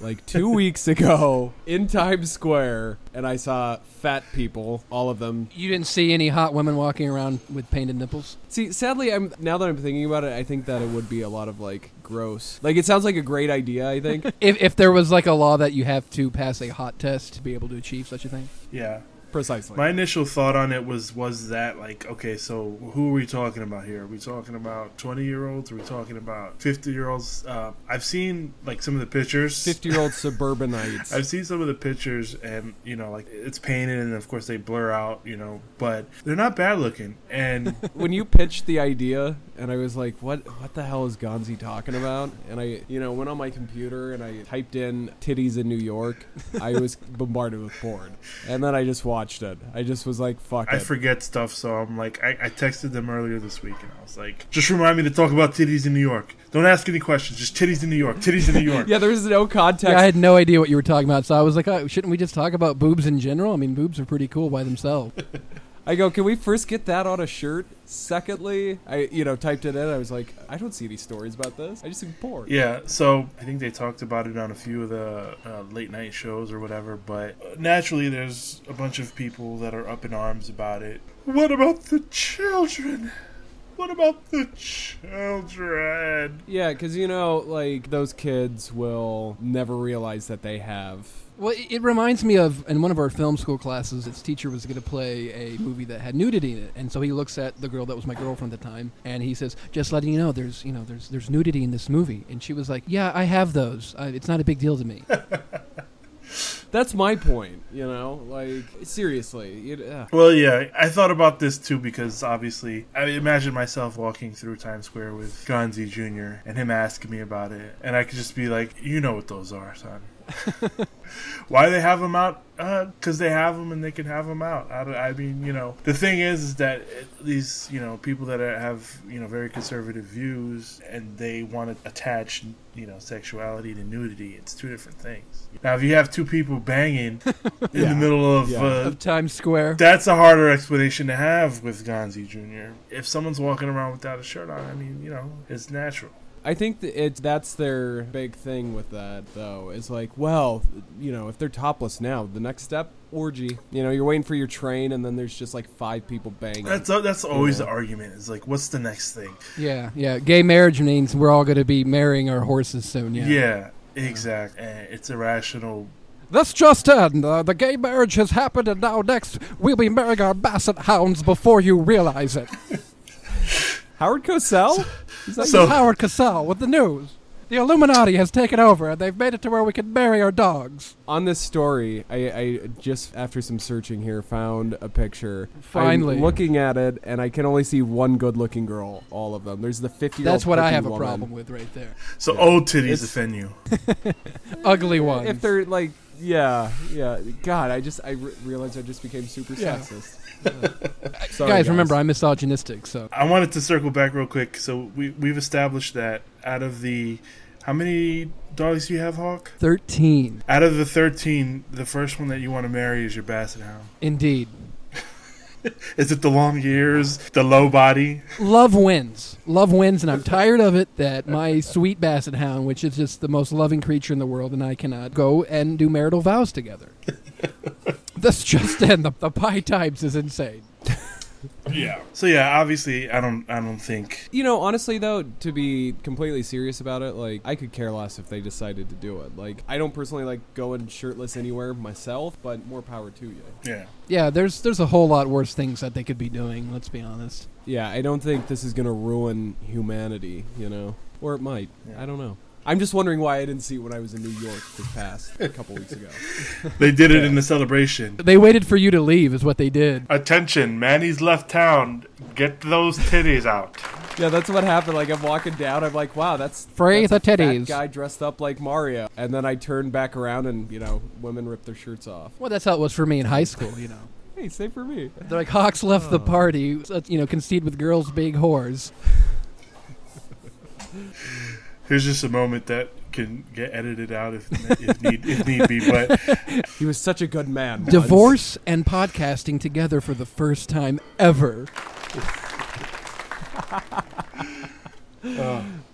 Speaker 9: like two weeks ago in Times Square and I saw fat people, all of them.
Speaker 8: You didn't see any hot women walking around with painted nipples?
Speaker 9: See, sadly I'm now that I'm thinking about it, I think that it would be a lot of like gross. Like it sounds like a great idea, I think.
Speaker 8: If, if there was like a law that you have to pass a hot test to be able to achieve such a thing?
Speaker 13: Yeah.
Speaker 9: Precisely.
Speaker 13: My initial thought on it was was that like okay, so who are we talking about here? Are we talking about 20 year olds? Are we talking about 50 year olds? Uh, I've seen like some of the pictures.
Speaker 9: 50 year old suburbanites.
Speaker 13: I've seen some of the pictures, and you know, like it's painted, and of course they blur out, you know, but they're not bad looking. And
Speaker 9: when you pitched the idea and I was like, what what the hell is Gonzi talking about? And I you know, went on my computer and I typed in titties in New York. I was bombarded with porn. And then I just watched it. I just was like, fuck
Speaker 13: I
Speaker 9: it.
Speaker 13: forget stuff, so I'm like, I, I texted them earlier this week, and I was like, just remind me to talk about titties in New York. Don't ask any questions. Just titties in New York. Titties in New York.
Speaker 9: yeah, there was no context.
Speaker 8: Yeah, I had no idea what you were talking about, so I was like, oh, shouldn't we just talk about boobs in general? I mean, boobs are pretty cool by themselves.
Speaker 9: I go, can we first get that on a shirt? Secondly, I you know, typed it in, I was like, I don't see any stories about this. I just think porn.
Speaker 13: Yeah, so I think they talked about it on a few of the uh, late night shows or whatever, but uh, naturally there's a bunch of people that are up in arms about it. What about the children? What about the children?
Speaker 9: Yeah, because you know, like those kids will never realize that they have.
Speaker 8: Well, it it reminds me of in one of our film school classes, its teacher was going to play a movie that had nudity in it, and so he looks at the girl that was my girlfriend at the time, and he says, "Just letting you know, there's you know there's there's nudity in this movie," and she was like, "Yeah, I have those. I, it's not a big deal to me."
Speaker 9: That's my point. You know, like seriously, it, uh,
Speaker 13: Well, yeah, I thought about this too because obviously I imagine myself walking through Times Square with Gonzi Jr. and him asking me about it, and I could just be like, "You know what those are, son." Why they have them out? Because they have them and they can have them out. I, don't- I mean, you know, the thing is, is that it- these, you know, people that are, have, you know, very conservative views and they want to attach, you know, sexuality to nudity. It's two different things. Now, if you have two people banging in
Speaker 9: Yeah.
Speaker 13: the middle of
Speaker 9: Yeah.
Speaker 13: uh,
Speaker 8: of Times Square.
Speaker 13: that's a harder explanation to have with Gonzi Jr. If someone's walking around without a shirt on, I mean, you know, it's natural.
Speaker 9: I think that it that's their big thing with that though. Is like, well, you know, if they're topless now, the next step orgy. You know, you're waiting for your train, and then there's just like five people banging.
Speaker 13: That's uh, that's always the argument. Is like, what's the next thing?
Speaker 8: yeah, yeah. Gay marriage means we're all going to be marrying our horses soon. Yeah.
Speaker 13: Yeah, exactly. And it's irrational.
Speaker 8: That's just in. Uh, the gay marriage has happened, and now next we'll be marrying our basset hounds before you realize it.
Speaker 9: Howard Cosell.
Speaker 8: It's like Howard Cosell with the news. The Illuminati has taken over, and they've made it to where we can bury our dogs.
Speaker 9: On this story, I, I just after some searching here found a picture.
Speaker 8: Finally.
Speaker 9: I'm looking at it, and I can only see one good-looking girl. All of them. There's the fifty-year-old.
Speaker 8: That's what I
Speaker 9: hippie
Speaker 8: have a
Speaker 9: woman.
Speaker 8: problem with right there.
Speaker 13: So old titties
Speaker 9: It's-
Speaker 13: offend you.
Speaker 8: Ugly ones.
Speaker 9: If they're like, yeah, yeah. God, I just I re- realized I just became super
Speaker 8: Yeah.
Speaker 9: sexist.
Speaker 8: guys,
Speaker 9: Oh,
Speaker 8: remember I'm misogynistic, so
Speaker 13: I wanted to circle back real quick. So we we've established that out of the how many dogs do you have, Hawk?
Speaker 8: thirteen
Speaker 13: Out of the thirteen, the first one that you want to marry is your basset hound.
Speaker 8: indeed.
Speaker 13: Is it the long ears, the low body?
Speaker 8: Love wins. Love wins, and I'm tired of it that my sweet basset hound, which is just the most loving creature in the world, and I cannot go and do marital vows together. That's just in. The, the pie types is insane.
Speaker 13: Yeah. So yeah, obviously, I don't I don't think
Speaker 9: You know, honestly though, to be completely serious about it, like I could care less if they decided to do it. Like I don't personally like going shirtless anywhere myself, but more power to you.
Speaker 13: Yeah.
Speaker 8: Yeah, there's there's a whole lot worse things that they could be doing. Let's be honest.
Speaker 9: Yeah, I don't think this is going to ruin humanity, you know. Or it might. I don't know. I'm just wondering why I didn't see it when I was in New York this past a couple weeks ago.
Speaker 13: they did it in the celebration.
Speaker 8: They waited for you to leave, is what they did.
Speaker 13: Attention, Manny's left town. Get those titties out.
Speaker 9: Yeah, that's what happened. Like I'm walking down, I'm like, "Wow, that's
Speaker 8: Free
Speaker 9: that's
Speaker 8: the
Speaker 9: a fat
Speaker 8: titties.
Speaker 9: guy dressed up like Mario." And then I turn back around, and you know, women rip their shirts off.
Speaker 8: Well, that's how it was for me in high school. You know,
Speaker 9: Hey, save for me.
Speaker 8: they're like Hawks left the party. so, You know, concede with girls being whores.
Speaker 13: Here's just a moment that can get edited out if, if, need, if need be. But
Speaker 9: he was such a good man. once.
Speaker 8: Divorce and podcasting together for the first time ever.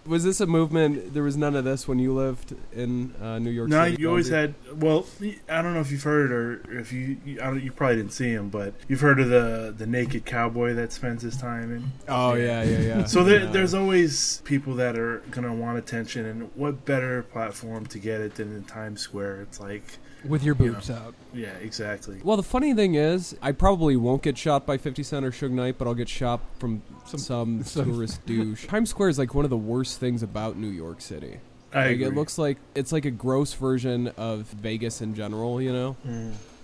Speaker 9: was this a movement? There was none of this when you lived in uh, New York
Speaker 13: No,
Speaker 9: City.
Speaker 13: you always
Speaker 9: Gandhi?
Speaker 13: had. Well, I don't know if you've heard or if you you, I don't, you probably didn't see him, but you've heard of the the naked cowboy that spends his time in.
Speaker 9: Oh, yeah, yeah, yeah.
Speaker 13: so there,
Speaker 9: Yeah.
Speaker 13: there's always people that are gonna want attention, and what better platform to get it than in Times Square? It's like
Speaker 8: With your
Speaker 13: you know,
Speaker 8: boobs out.
Speaker 13: Yeah, exactly.
Speaker 9: Well, the funny thing is, I probably won't get shot by 50 Cent or Suge Knight, but I'll get shot from some,
Speaker 8: some-
Speaker 9: tourist douche. Times Square is like one of the worst things about New York City.
Speaker 13: I
Speaker 9: like, It
Speaker 13: agree.
Speaker 9: looks like it's like a gross version of Vegas in general, you know?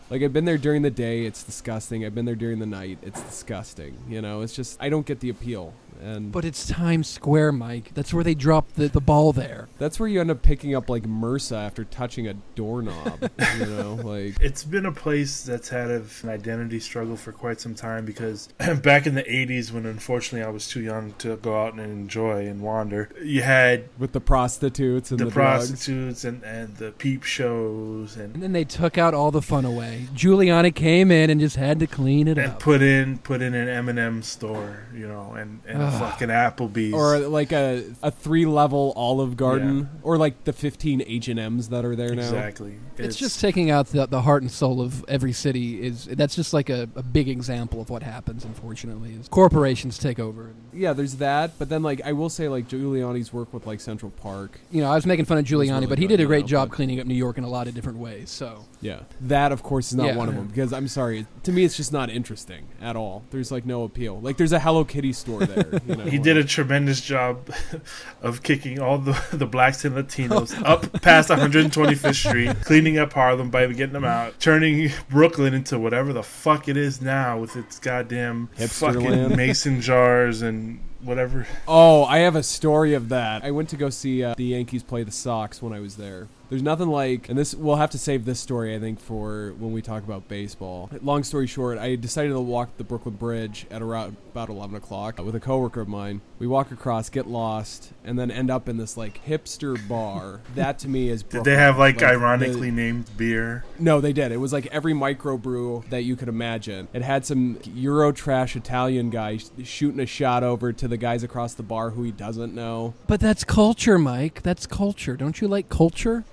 Speaker 9: Like I've been there during the day, it's disgusting. I've been there during the night, it's disgusting. You know, it's just I don't get the appeal. And
Speaker 8: But it's Times Square, Mike. That's where they dropped the, the ball there.
Speaker 9: That's where you end up picking up like MRSA after touching a doorknob. you know, like
Speaker 13: It's been a place that's had of an identity struggle for quite some time because back in the 80s, when unfortunately I was too young to go out and enjoy and wander, you had
Speaker 9: with the prostitutes and
Speaker 13: the,
Speaker 9: the, drugs.
Speaker 13: prostitutes and, and the peep shows and
Speaker 8: And then they took out all the fun away. Giuliani came in and just had to clean it
Speaker 13: and
Speaker 8: up.
Speaker 13: put in put in an M&M store, you know, and and
Speaker 8: Ugh.
Speaker 13: fucking Applebee's.
Speaker 9: or like a, a three level Olive Garden, or like the fifteen H and M's that are there now.
Speaker 13: exactly.
Speaker 8: It's, just taking out the, the heart and soul of every city. Is that's just like a, a big example of what happens. Unfortunately, is corporations take over.
Speaker 9: Yeah, there's that, but then like I will say like Giuliani's work with like Central Park.
Speaker 8: You know, I was making fun of Giuliani,
Speaker 9: really
Speaker 8: but he
Speaker 9: good
Speaker 8: did a great
Speaker 9: now,
Speaker 8: job
Speaker 9: but-
Speaker 8: cleaning up New York in a lot of different ways. So
Speaker 9: Yeah, that of course is not
Speaker 8: Yeah.
Speaker 9: one of them because I'm sorry, to me it's just not interesting at all. There's like no appeal. Like there's a Hello Kitty store there. You know,
Speaker 13: he did a tremendous job of kicking all the, the blacks and Latinos up past 125th Street, cleaning up Harlem by getting them out, turning Brooklyn into whatever the fuck it is now with its goddamn
Speaker 9: Hipster
Speaker 13: fucking
Speaker 9: land.
Speaker 13: mason jars and whatever.
Speaker 9: Oh, I have a story of that. I went to go see uh, the Yankees play the Sox when I was there. There's nothing like, and this we'll have to save this story, I think, for when we talk about baseball. Long story short, I decided to walk the Brooklyn Bridge at around about 11 o'clock with a coworker of mine. We walk across, get lost, and then end up in this like hipster bar. that to me is
Speaker 13: Did
Speaker 9: Brooklyn.
Speaker 13: they have like
Speaker 9: the-
Speaker 13: ironically named beer?
Speaker 9: no, they did. It was like every microbrew that you could imagine. It had some Euro trash Italian guy sh- shooting a shot over to the guys across the bar who he doesn't know.
Speaker 8: But that's culture, Mike. That's culture. Don't you like culture?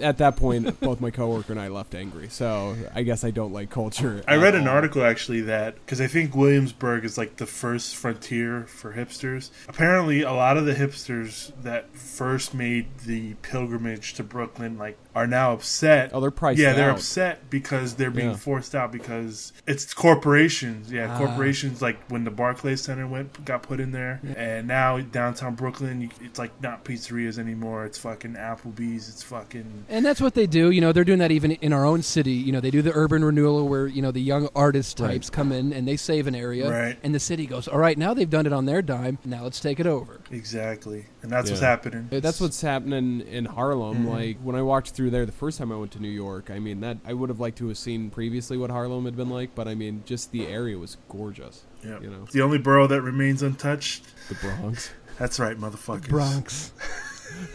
Speaker 9: at that point, both my coworker and I left angry. So I guess I don't like culture.
Speaker 13: I read
Speaker 9: at
Speaker 13: an
Speaker 9: all.
Speaker 13: article actually that because I think Williamsburg is like the first frontier for hipsters. Apparently, a lot of the hipsters that first made the pilgrimage to Brooklyn like are now upset. Oh,
Speaker 9: they're priced
Speaker 13: Yeah, they're
Speaker 9: out.
Speaker 13: upset because they're being
Speaker 9: Yeah.
Speaker 13: forced out because it's corporations. Yeah,
Speaker 9: Ah.
Speaker 13: corporations like when the Barclays Center went got put in there, and now downtown Brooklyn, you- it's like not pizzerias anymore. It's fucking Applebee's. It's fucking
Speaker 8: And that's what they do. You know, they're doing that even in our own city. You know, they do the urban renewal where, you know, the young artist
Speaker 13: Right.
Speaker 8: types come in and they save an area.
Speaker 13: Right.
Speaker 8: And the city goes, all right, now they've done it on their dime. Now let's take it over.
Speaker 13: exactly, and that's what's
Speaker 9: Yeah.
Speaker 13: happening.
Speaker 9: Uh, That's what's happening in Harlem.
Speaker 13: Mhm.
Speaker 9: Like when I walked through there the first time I went to New York, I mean that I would have liked to have seen previously what Harlem had been like, but I mean just the area was gorgeous.
Speaker 13: Yeah.
Speaker 9: You know.
Speaker 13: It's the only borough that remains untouched.
Speaker 9: The Bronx.
Speaker 13: That's right, motherfuckers.
Speaker 8: Bronx.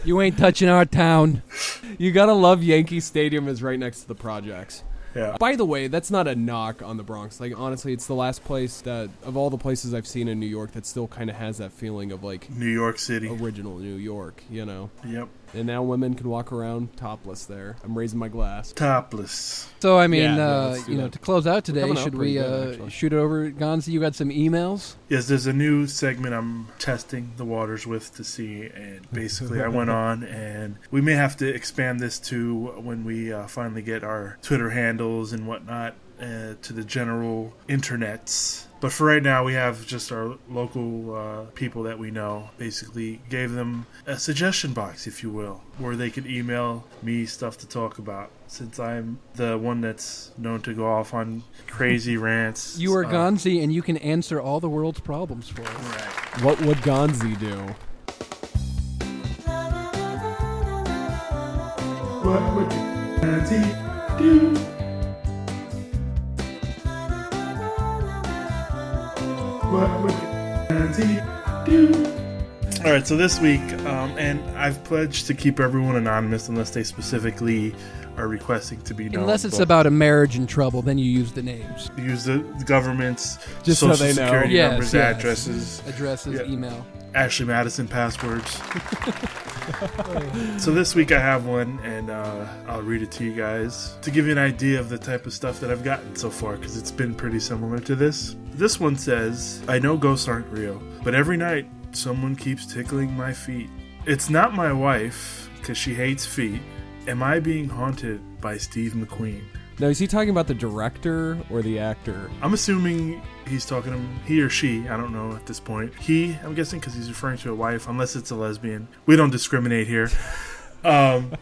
Speaker 8: you ain't touching our town.
Speaker 9: You gotta love Yankee Stadium is right next to the projects.
Speaker 13: Yeah.
Speaker 9: By the way, that's not a knock on the Bronx. Like honestly, it's the last place that of all the places I've seen in New York that still kind of has that feeling of like
Speaker 13: New York City,
Speaker 9: original New York. You know.
Speaker 13: Yep.
Speaker 9: And now women can walk around topless there. I'm raising my glass.
Speaker 13: Topless.
Speaker 8: So, I mean,
Speaker 9: Yeah, yeah,
Speaker 8: uh,
Speaker 9: let's do
Speaker 8: you know,
Speaker 9: that.
Speaker 8: to close out
Speaker 9: We're
Speaker 8: today,
Speaker 9: coming out
Speaker 8: should
Speaker 9: pretty
Speaker 8: we
Speaker 9: good,
Speaker 8: uh, shoot it over? Gonzi, you got some emails?
Speaker 13: Yes, there's a new segment I'm testing the waters with to see, and basically I went on, and we may have to expand this to when we uh, finally get our Twitter handles and whatnot uh, to the general internets. But for right now, we have just our local uh, people that we know. Basically, gave them a suggestion box, if you will, where they could email me stuff to talk about. Since I'm the one that's known to go off on crazy rants,
Speaker 8: You are
Speaker 13: uh,
Speaker 8: Gonzi, and you can answer all the world's problems for us.
Speaker 9: What would Gonzi do?
Speaker 13: What would Nancy do? What would Nancy do? All right, so this week, um, and I've pledged to keep everyone anonymous unless they specifically are requesting to be known.
Speaker 8: Unless it's
Speaker 13: but
Speaker 8: about a marriage in trouble, then you use the names.
Speaker 13: use the government's
Speaker 8: Just so
Speaker 13: social
Speaker 8: they know.
Speaker 13: security
Speaker 8: Yes,
Speaker 13: numbers,
Speaker 8: yes.
Speaker 13: addresses,
Speaker 8: Addresses, email.
Speaker 13: Ashley Madison passwords. So this week I have one, and uh, I'll read it to you guys to give you an idea of the type of stuff that I've gotten so far, because it's been pretty similar to this. This one says, "I know ghosts aren't real, but every night someone keeps tickling my feet. It's not my wife, because she hates feet. Am I being haunted by Steve McQueen?"
Speaker 9: Now is he talking about the director or the actor?
Speaker 13: I'm assuming he's talking to he or she. I don't know at this point. He, I'm guessing, because he's referring to a wife, unless it's a lesbian. We don't discriminate here. Um,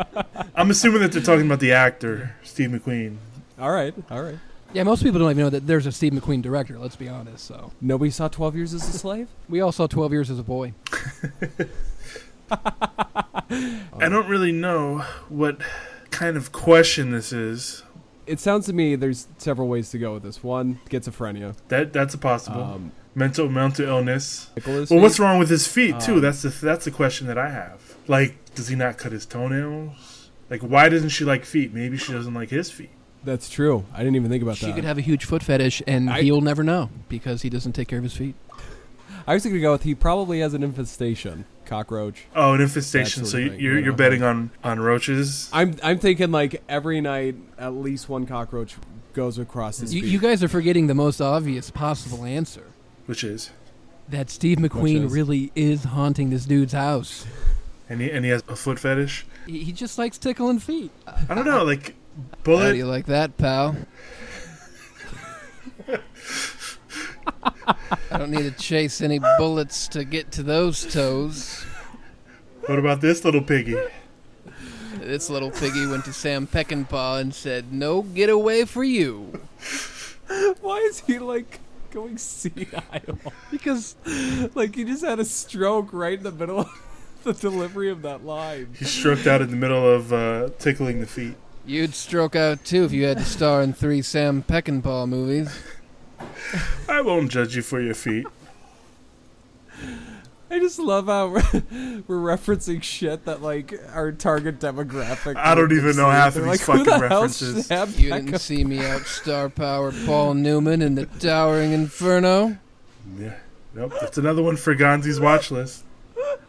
Speaker 13: I'm assuming that they're talking about the actor Steve McQueen.
Speaker 9: All right, all right.
Speaker 8: Yeah, most people don't even know that there's a Steve McQueen director, let's be honest. So
Speaker 9: Nobody saw Twelve Years as a Slave.
Speaker 8: We all saw 12 years as a boy.
Speaker 13: I don't really know what kind of question this is.
Speaker 9: It sounds to me there's several ways to go with this. One, schizophrenia.
Speaker 13: That that's a possible
Speaker 9: Um,
Speaker 13: mental mental illness.
Speaker 9: Nicholas
Speaker 13: well, what's
Speaker 9: feet?
Speaker 13: wrong with his feet too?
Speaker 9: Um,
Speaker 13: that's the that's the question that I have. Like, does he not cut his toenails? Like, why doesn't she like feet? Maybe she doesn't like his feet.
Speaker 9: That's true. I didn't even think about
Speaker 8: She
Speaker 9: that.
Speaker 8: could have a huge foot fetish, and
Speaker 9: I-
Speaker 8: he'll never know because he doesn't take care of his feet.
Speaker 9: I was going to go with he probably has an infestation, cockroach.
Speaker 13: Oh, an
Speaker 9: that
Speaker 13: infestation.
Speaker 9: sort
Speaker 13: So
Speaker 9: of
Speaker 13: you-
Speaker 9: thing,
Speaker 13: you're
Speaker 9: you
Speaker 13: you're
Speaker 9: know?
Speaker 13: betting on on roaches.
Speaker 9: I'm I'm thinking like every night at least one cockroach goes across his
Speaker 8: You,
Speaker 9: feet.
Speaker 8: you guys are forgetting the most obvious possible answer
Speaker 13: Which is,
Speaker 8: that Steve
Speaker 9: Which
Speaker 8: McQueen
Speaker 9: is?
Speaker 8: really is haunting this dude's house.
Speaker 13: and he and he has a foot fetish.
Speaker 8: He, he just likes tickling feet.
Speaker 13: I don't know, like
Speaker 8: How do
Speaker 13: bullet.
Speaker 8: you like that, pal? I don't need to chase any bullets to get to those toes.
Speaker 13: What about this little piggy?
Speaker 8: This little piggy went to Sam Peckinpah and said, "No getaway for you."
Speaker 9: Why is he like going senile?
Speaker 8: Because
Speaker 9: like he just had a stroke right in the middle of the delivery of that line.
Speaker 13: He's stroked out in the middle of uh, tickling the feet.
Speaker 8: You'd stroke out too if you had to star in three Sam Peckinpah movies.
Speaker 13: I won't judge you for your feet.
Speaker 9: I just love how we're, we're referencing shit that like our target demographic.
Speaker 13: I don't
Speaker 9: would
Speaker 13: even know
Speaker 9: see.
Speaker 13: half of
Speaker 9: They're
Speaker 13: these
Speaker 9: like, who
Speaker 13: fucking
Speaker 9: the hell's
Speaker 13: references.
Speaker 9: Sam
Speaker 8: You
Speaker 9: Peckinpah?
Speaker 8: didn't see me out star power Paul Newman in the Towering Inferno.
Speaker 13: Yeah. Nope. That's another one for Gonzi's watch list.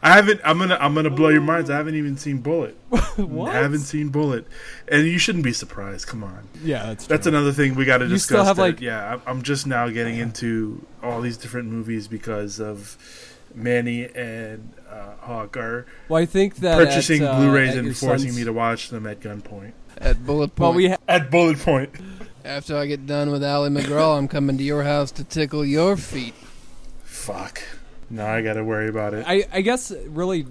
Speaker 13: I haven't. I'm gonna. I'm gonna blow your minds. I haven't even seen Bullet. I haven't seen Bullet, and you shouldn't be surprised. Come on.
Speaker 9: Yeah, that's
Speaker 13: That's another thing we got to
Speaker 9: You
Speaker 13: discuss.
Speaker 9: still have,
Speaker 13: that,
Speaker 9: like-
Speaker 13: yeah, I'm- I'm just now getting into all these different movies because of Manny and uh, Hawk are.
Speaker 9: Well, I think that
Speaker 13: purchasing
Speaker 9: at, uh,
Speaker 13: Blu-rays
Speaker 9: at your
Speaker 13: and forcing
Speaker 9: son's-
Speaker 13: me to watch them at gunpoint.
Speaker 8: At bullet point.
Speaker 13: at bullet point.
Speaker 8: After I get done with Ally McGraw, I'm coming to your house to tickle your feet.
Speaker 13: Fuck. Now I got to worry about it.
Speaker 9: I, I guess really.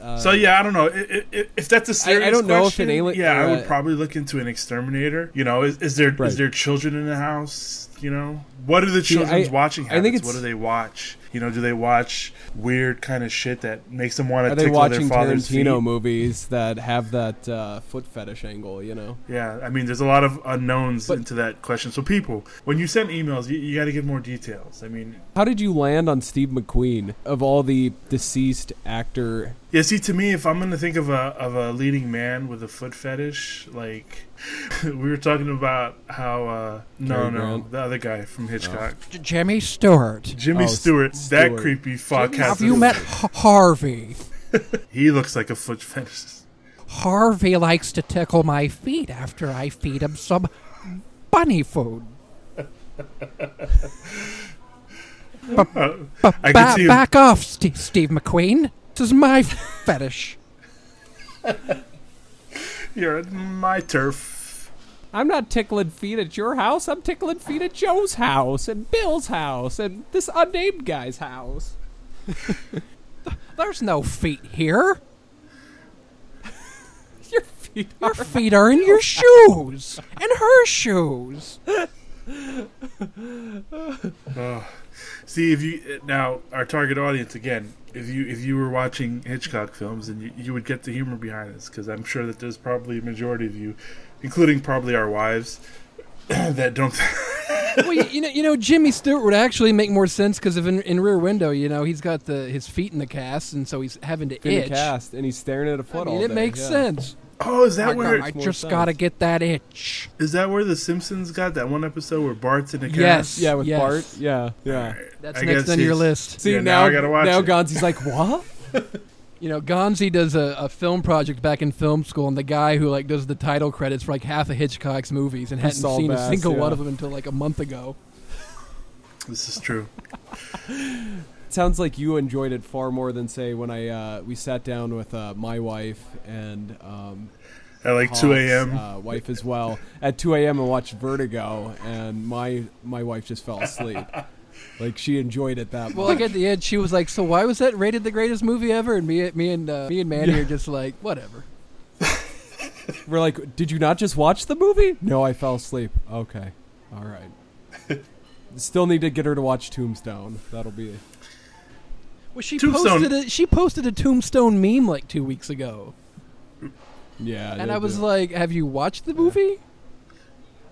Speaker 9: Uh,
Speaker 13: so yeah, I don't know I- I- if that's a serious.
Speaker 9: I, don't know
Speaker 13: question,
Speaker 9: if an alien.
Speaker 13: Yeah, I
Speaker 9: uh,
Speaker 13: would probably look into an exterminator. You know, is, is there is
Speaker 9: Right.
Speaker 13: there children in the house? You know, what are the
Speaker 9: See,
Speaker 13: children's
Speaker 9: I-
Speaker 13: watching?
Speaker 9: I
Speaker 13: Habits?
Speaker 9: think
Speaker 13: what
Speaker 9: it's-
Speaker 13: do they watch? You know, do they watch weird kind of shit that makes them want
Speaker 9: Are
Speaker 13: to
Speaker 9: they
Speaker 13: tickle
Speaker 9: watching
Speaker 13: their father's
Speaker 9: Tarantino
Speaker 13: feet?
Speaker 9: movies that have that uh, foot fetish angle? You know.
Speaker 13: Yeah, I mean, there's a lot of unknowns into that question. So people, when you send emails, you, you got to give more details. I mean,
Speaker 9: How did you land on Steve McQueen of all the deceased actor?
Speaker 13: Yeah, see, to me, if I'm gonna think of a of a leading man with a foot fetish, like we were talking about how uh, no,
Speaker 8: Cary
Speaker 13: no,
Speaker 8: Grant? Oh.
Speaker 13: the other guy from Hitchcock,
Speaker 8: J- Jimmy Stewart.
Speaker 13: Jimmy Stewart, that creepy fuck has
Speaker 8: Have you
Speaker 13: a-
Speaker 8: met H- Harvey?
Speaker 13: He looks like a foot fetish.
Speaker 8: Harvey likes to tickle my feet after I feed him some bunny food. Ba- ba-
Speaker 13: I can
Speaker 8: ba-
Speaker 13: see him-
Speaker 8: back off, Steve, Steve McQueen. This is my fetish.
Speaker 13: You're on my turf.
Speaker 9: I'm not tickling feet at your house. I'm tickling feet at Joe's house and Bill's house and this unnamed guy's house.
Speaker 8: There's no feet here.
Speaker 9: your feet.
Speaker 8: Your feet are in your shoes and her shoes.
Speaker 13: Oh. See if you eh, now our target audience again. If you if you were watching Hitchcock films, and you, you would get the humor behind this, because I'm sure that there's probably a majority of you, including probably our wives, that don't.
Speaker 8: well, you, you know, you know, Jimmy Stewart would actually make more sense because of in, in Rear Window, you know, he's got the his feet in the cast, and so he's having to
Speaker 9: In the
Speaker 8: itch.
Speaker 9: cast, and he's staring at a foot
Speaker 8: I mean,
Speaker 9: all
Speaker 8: it
Speaker 9: day,
Speaker 8: makes
Speaker 9: yeah.
Speaker 8: sense.
Speaker 13: Oh, is that
Speaker 8: I,
Speaker 13: where
Speaker 8: um, I just gotta get that itch?
Speaker 13: Is that where The Simpsons got that one episode where Bart's in the cast?
Speaker 8: Yes,
Speaker 9: Yeah, with yes. Bart, yeah, yeah.
Speaker 8: That's
Speaker 13: I
Speaker 8: next
Speaker 13: guess
Speaker 8: on your
Speaker 13: he's-
Speaker 8: list.
Speaker 13: See, Yeah, now now- I gotta watch now it.
Speaker 9: Gonzi's like, what?
Speaker 8: you know, Gonzi does a, a film project back in film school, and the guy who like does the title credits for like half of Hitchcock's movies and
Speaker 9: Chris
Speaker 8: hadn't seen a
Speaker 9: Saulbass,
Speaker 8: single
Speaker 9: yeah.
Speaker 8: one of them until like a month ago.
Speaker 13: This is true.
Speaker 9: Sounds like you enjoyed it far more than say when I uh, we sat down with uh, my wife and um,
Speaker 13: At, like, 2 a.m..
Speaker 9: uh, wife as well at two a.m. and watched Vertigo, and my my wife just fell asleep. like she enjoyed it that
Speaker 8: Well,
Speaker 9: much.
Speaker 8: like at the end, she was like, "So why was that rated the greatest movie ever?" And me, me and uh, me and Manny
Speaker 9: Yeah.
Speaker 8: are just like, "Whatever."
Speaker 9: We're like, did you not just watch the movie? No, I fell asleep. Okay, all right. Still need to get her to watch Tombstone. That'll be.
Speaker 8: Well, she
Speaker 9: Tombstone-
Speaker 8: posted a, she posted a Tombstone meme like two weeks ago,
Speaker 9: Yeah,
Speaker 8: and
Speaker 9: they
Speaker 8: I was
Speaker 9: do.
Speaker 8: like, "Have you watched the movie?"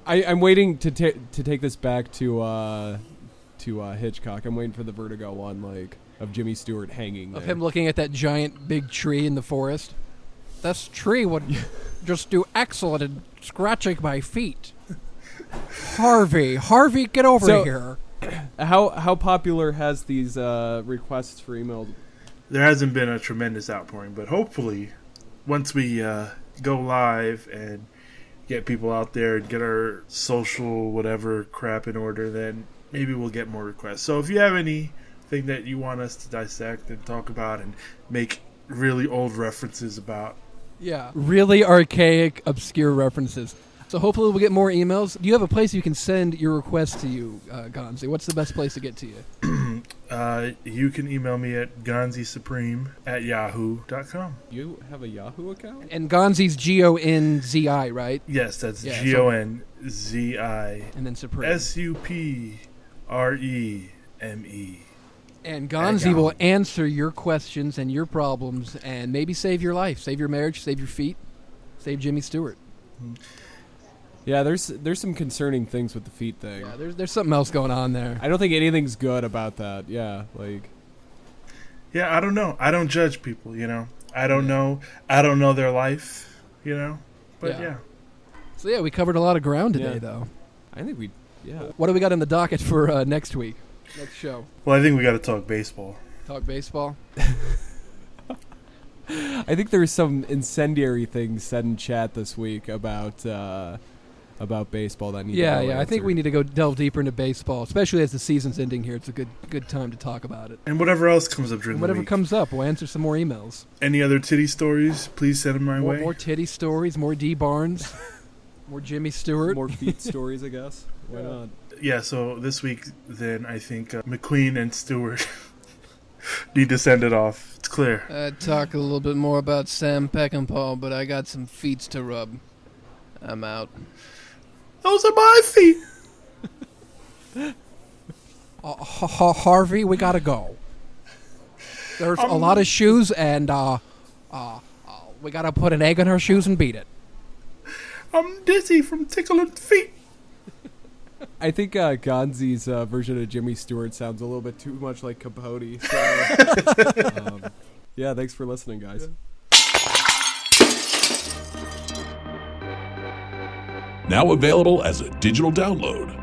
Speaker 9: I, I'm waiting to ta- to take this back to uh, to uh, Hitchcock. I'm waiting for the Vertigo one, like of Jimmy Stewart hanging.
Speaker 8: Of
Speaker 9: there.
Speaker 8: him looking at that giant big tree in the forest. This tree would just do excellent in scratching my feet. Harvey, Harvey, get over
Speaker 9: So-
Speaker 8: here.
Speaker 9: How how popular has these uh, requests for email?
Speaker 13: There hasn't been a tremendous outpouring, but hopefully, once we uh, go live and get people out there and get our social whatever crap in order, then maybe we'll get more requests. So if you have anything that you want us to dissect and talk about and make really old references about,
Speaker 8: Yeah. Really archaic, obscure references. So hopefully we'll get more emails. Do you have a place you can send your requests to you, uh, Gonzi? What's the best place to get to you?
Speaker 13: uh, you can email me at gonzisupreme at yahoo.com.
Speaker 9: You have a Yahoo account?
Speaker 8: And Gonzi's G O N Z I, right?
Speaker 13: Yes, that's
Speaker 8: Yeah, so-
Speaker 13: G O N Z I.
Speaker 8: And then Supreme.
Speaker 13: S U P R E M E.
Speaker 8: And Gonzi will answer your questions and your problems and maybe save your life, save your marriage, save your feet, save Jimmy Stewart.
Speaker 9: Yeah, there's there's some concerning things with the feet thing. Yeah,
Speaker 8: Uh, there's there's something else going on there.
Speaker 9: I don't think anything's good about that. Yeah, like
Speaker 13: Yeah, I don't know. I don't judge people, you know. I don't know. I don't know their life, you know. But yeah.
Speaker 8: Yeah. So, yeah, we covered a lot of ground today,
Speaker 9: Yeah.
Speaker 8: though.
Speaker 9: I think we yeah.
Speaker 8: What do we got in the docket for uh, next week? Next show.
Speaker 13: Well, I think we got to talk baseball.
Speaker 8: Talk baseball.
Speaker 9: I think there was some incendiary thing said in chat this week about uh, about baseball that need.
Speaker 8: Yeah,
Speaker 9: to go
Speaker 8: yeah. I think we need to go delve deeper into baseball, especially as the season's ending here. It's a good good time to talk about it.
Speaker 13: And whatever else comes up during the
Speaker 8: Whatever
Speaker 13: week.
Speaker 8: comes up, we'll answer some more emails.
Speaker 13: Any other titty stories? Please send them my
Speaker 8: More,
Speaker 13: way.
Speaker 8: more titty stories, more D Barnes, more Jimmy Stewart,
Speaker 9: more feet stories. I guess why not?
Speaker 13: Yeah, so this week, then I think uh, McQueen and Stewart need to send it off. It's clear.
Speaker 8: Uh,
Speaker 15: I talk a little bit more about Sam Peckinpah, but I got some feats to rub. I'm out.
Speaker 13: Those are my feet.
Speaker 8: Uh, Ha- Ha- Harvey, we gotta go. There's a lot of shoes, and uh, uh, uh, we gotta put an egg in her shoes and beat it.
Speaker 13: I'm dizzy from tickling feet.
Speaker 9: I think uh, Gonzi's uh, version of Jimmy Stewart sounds a little bit too much like Capote. So, um, yeah, thanks for listening, guys.
Speaker 4: Now available as a digital download.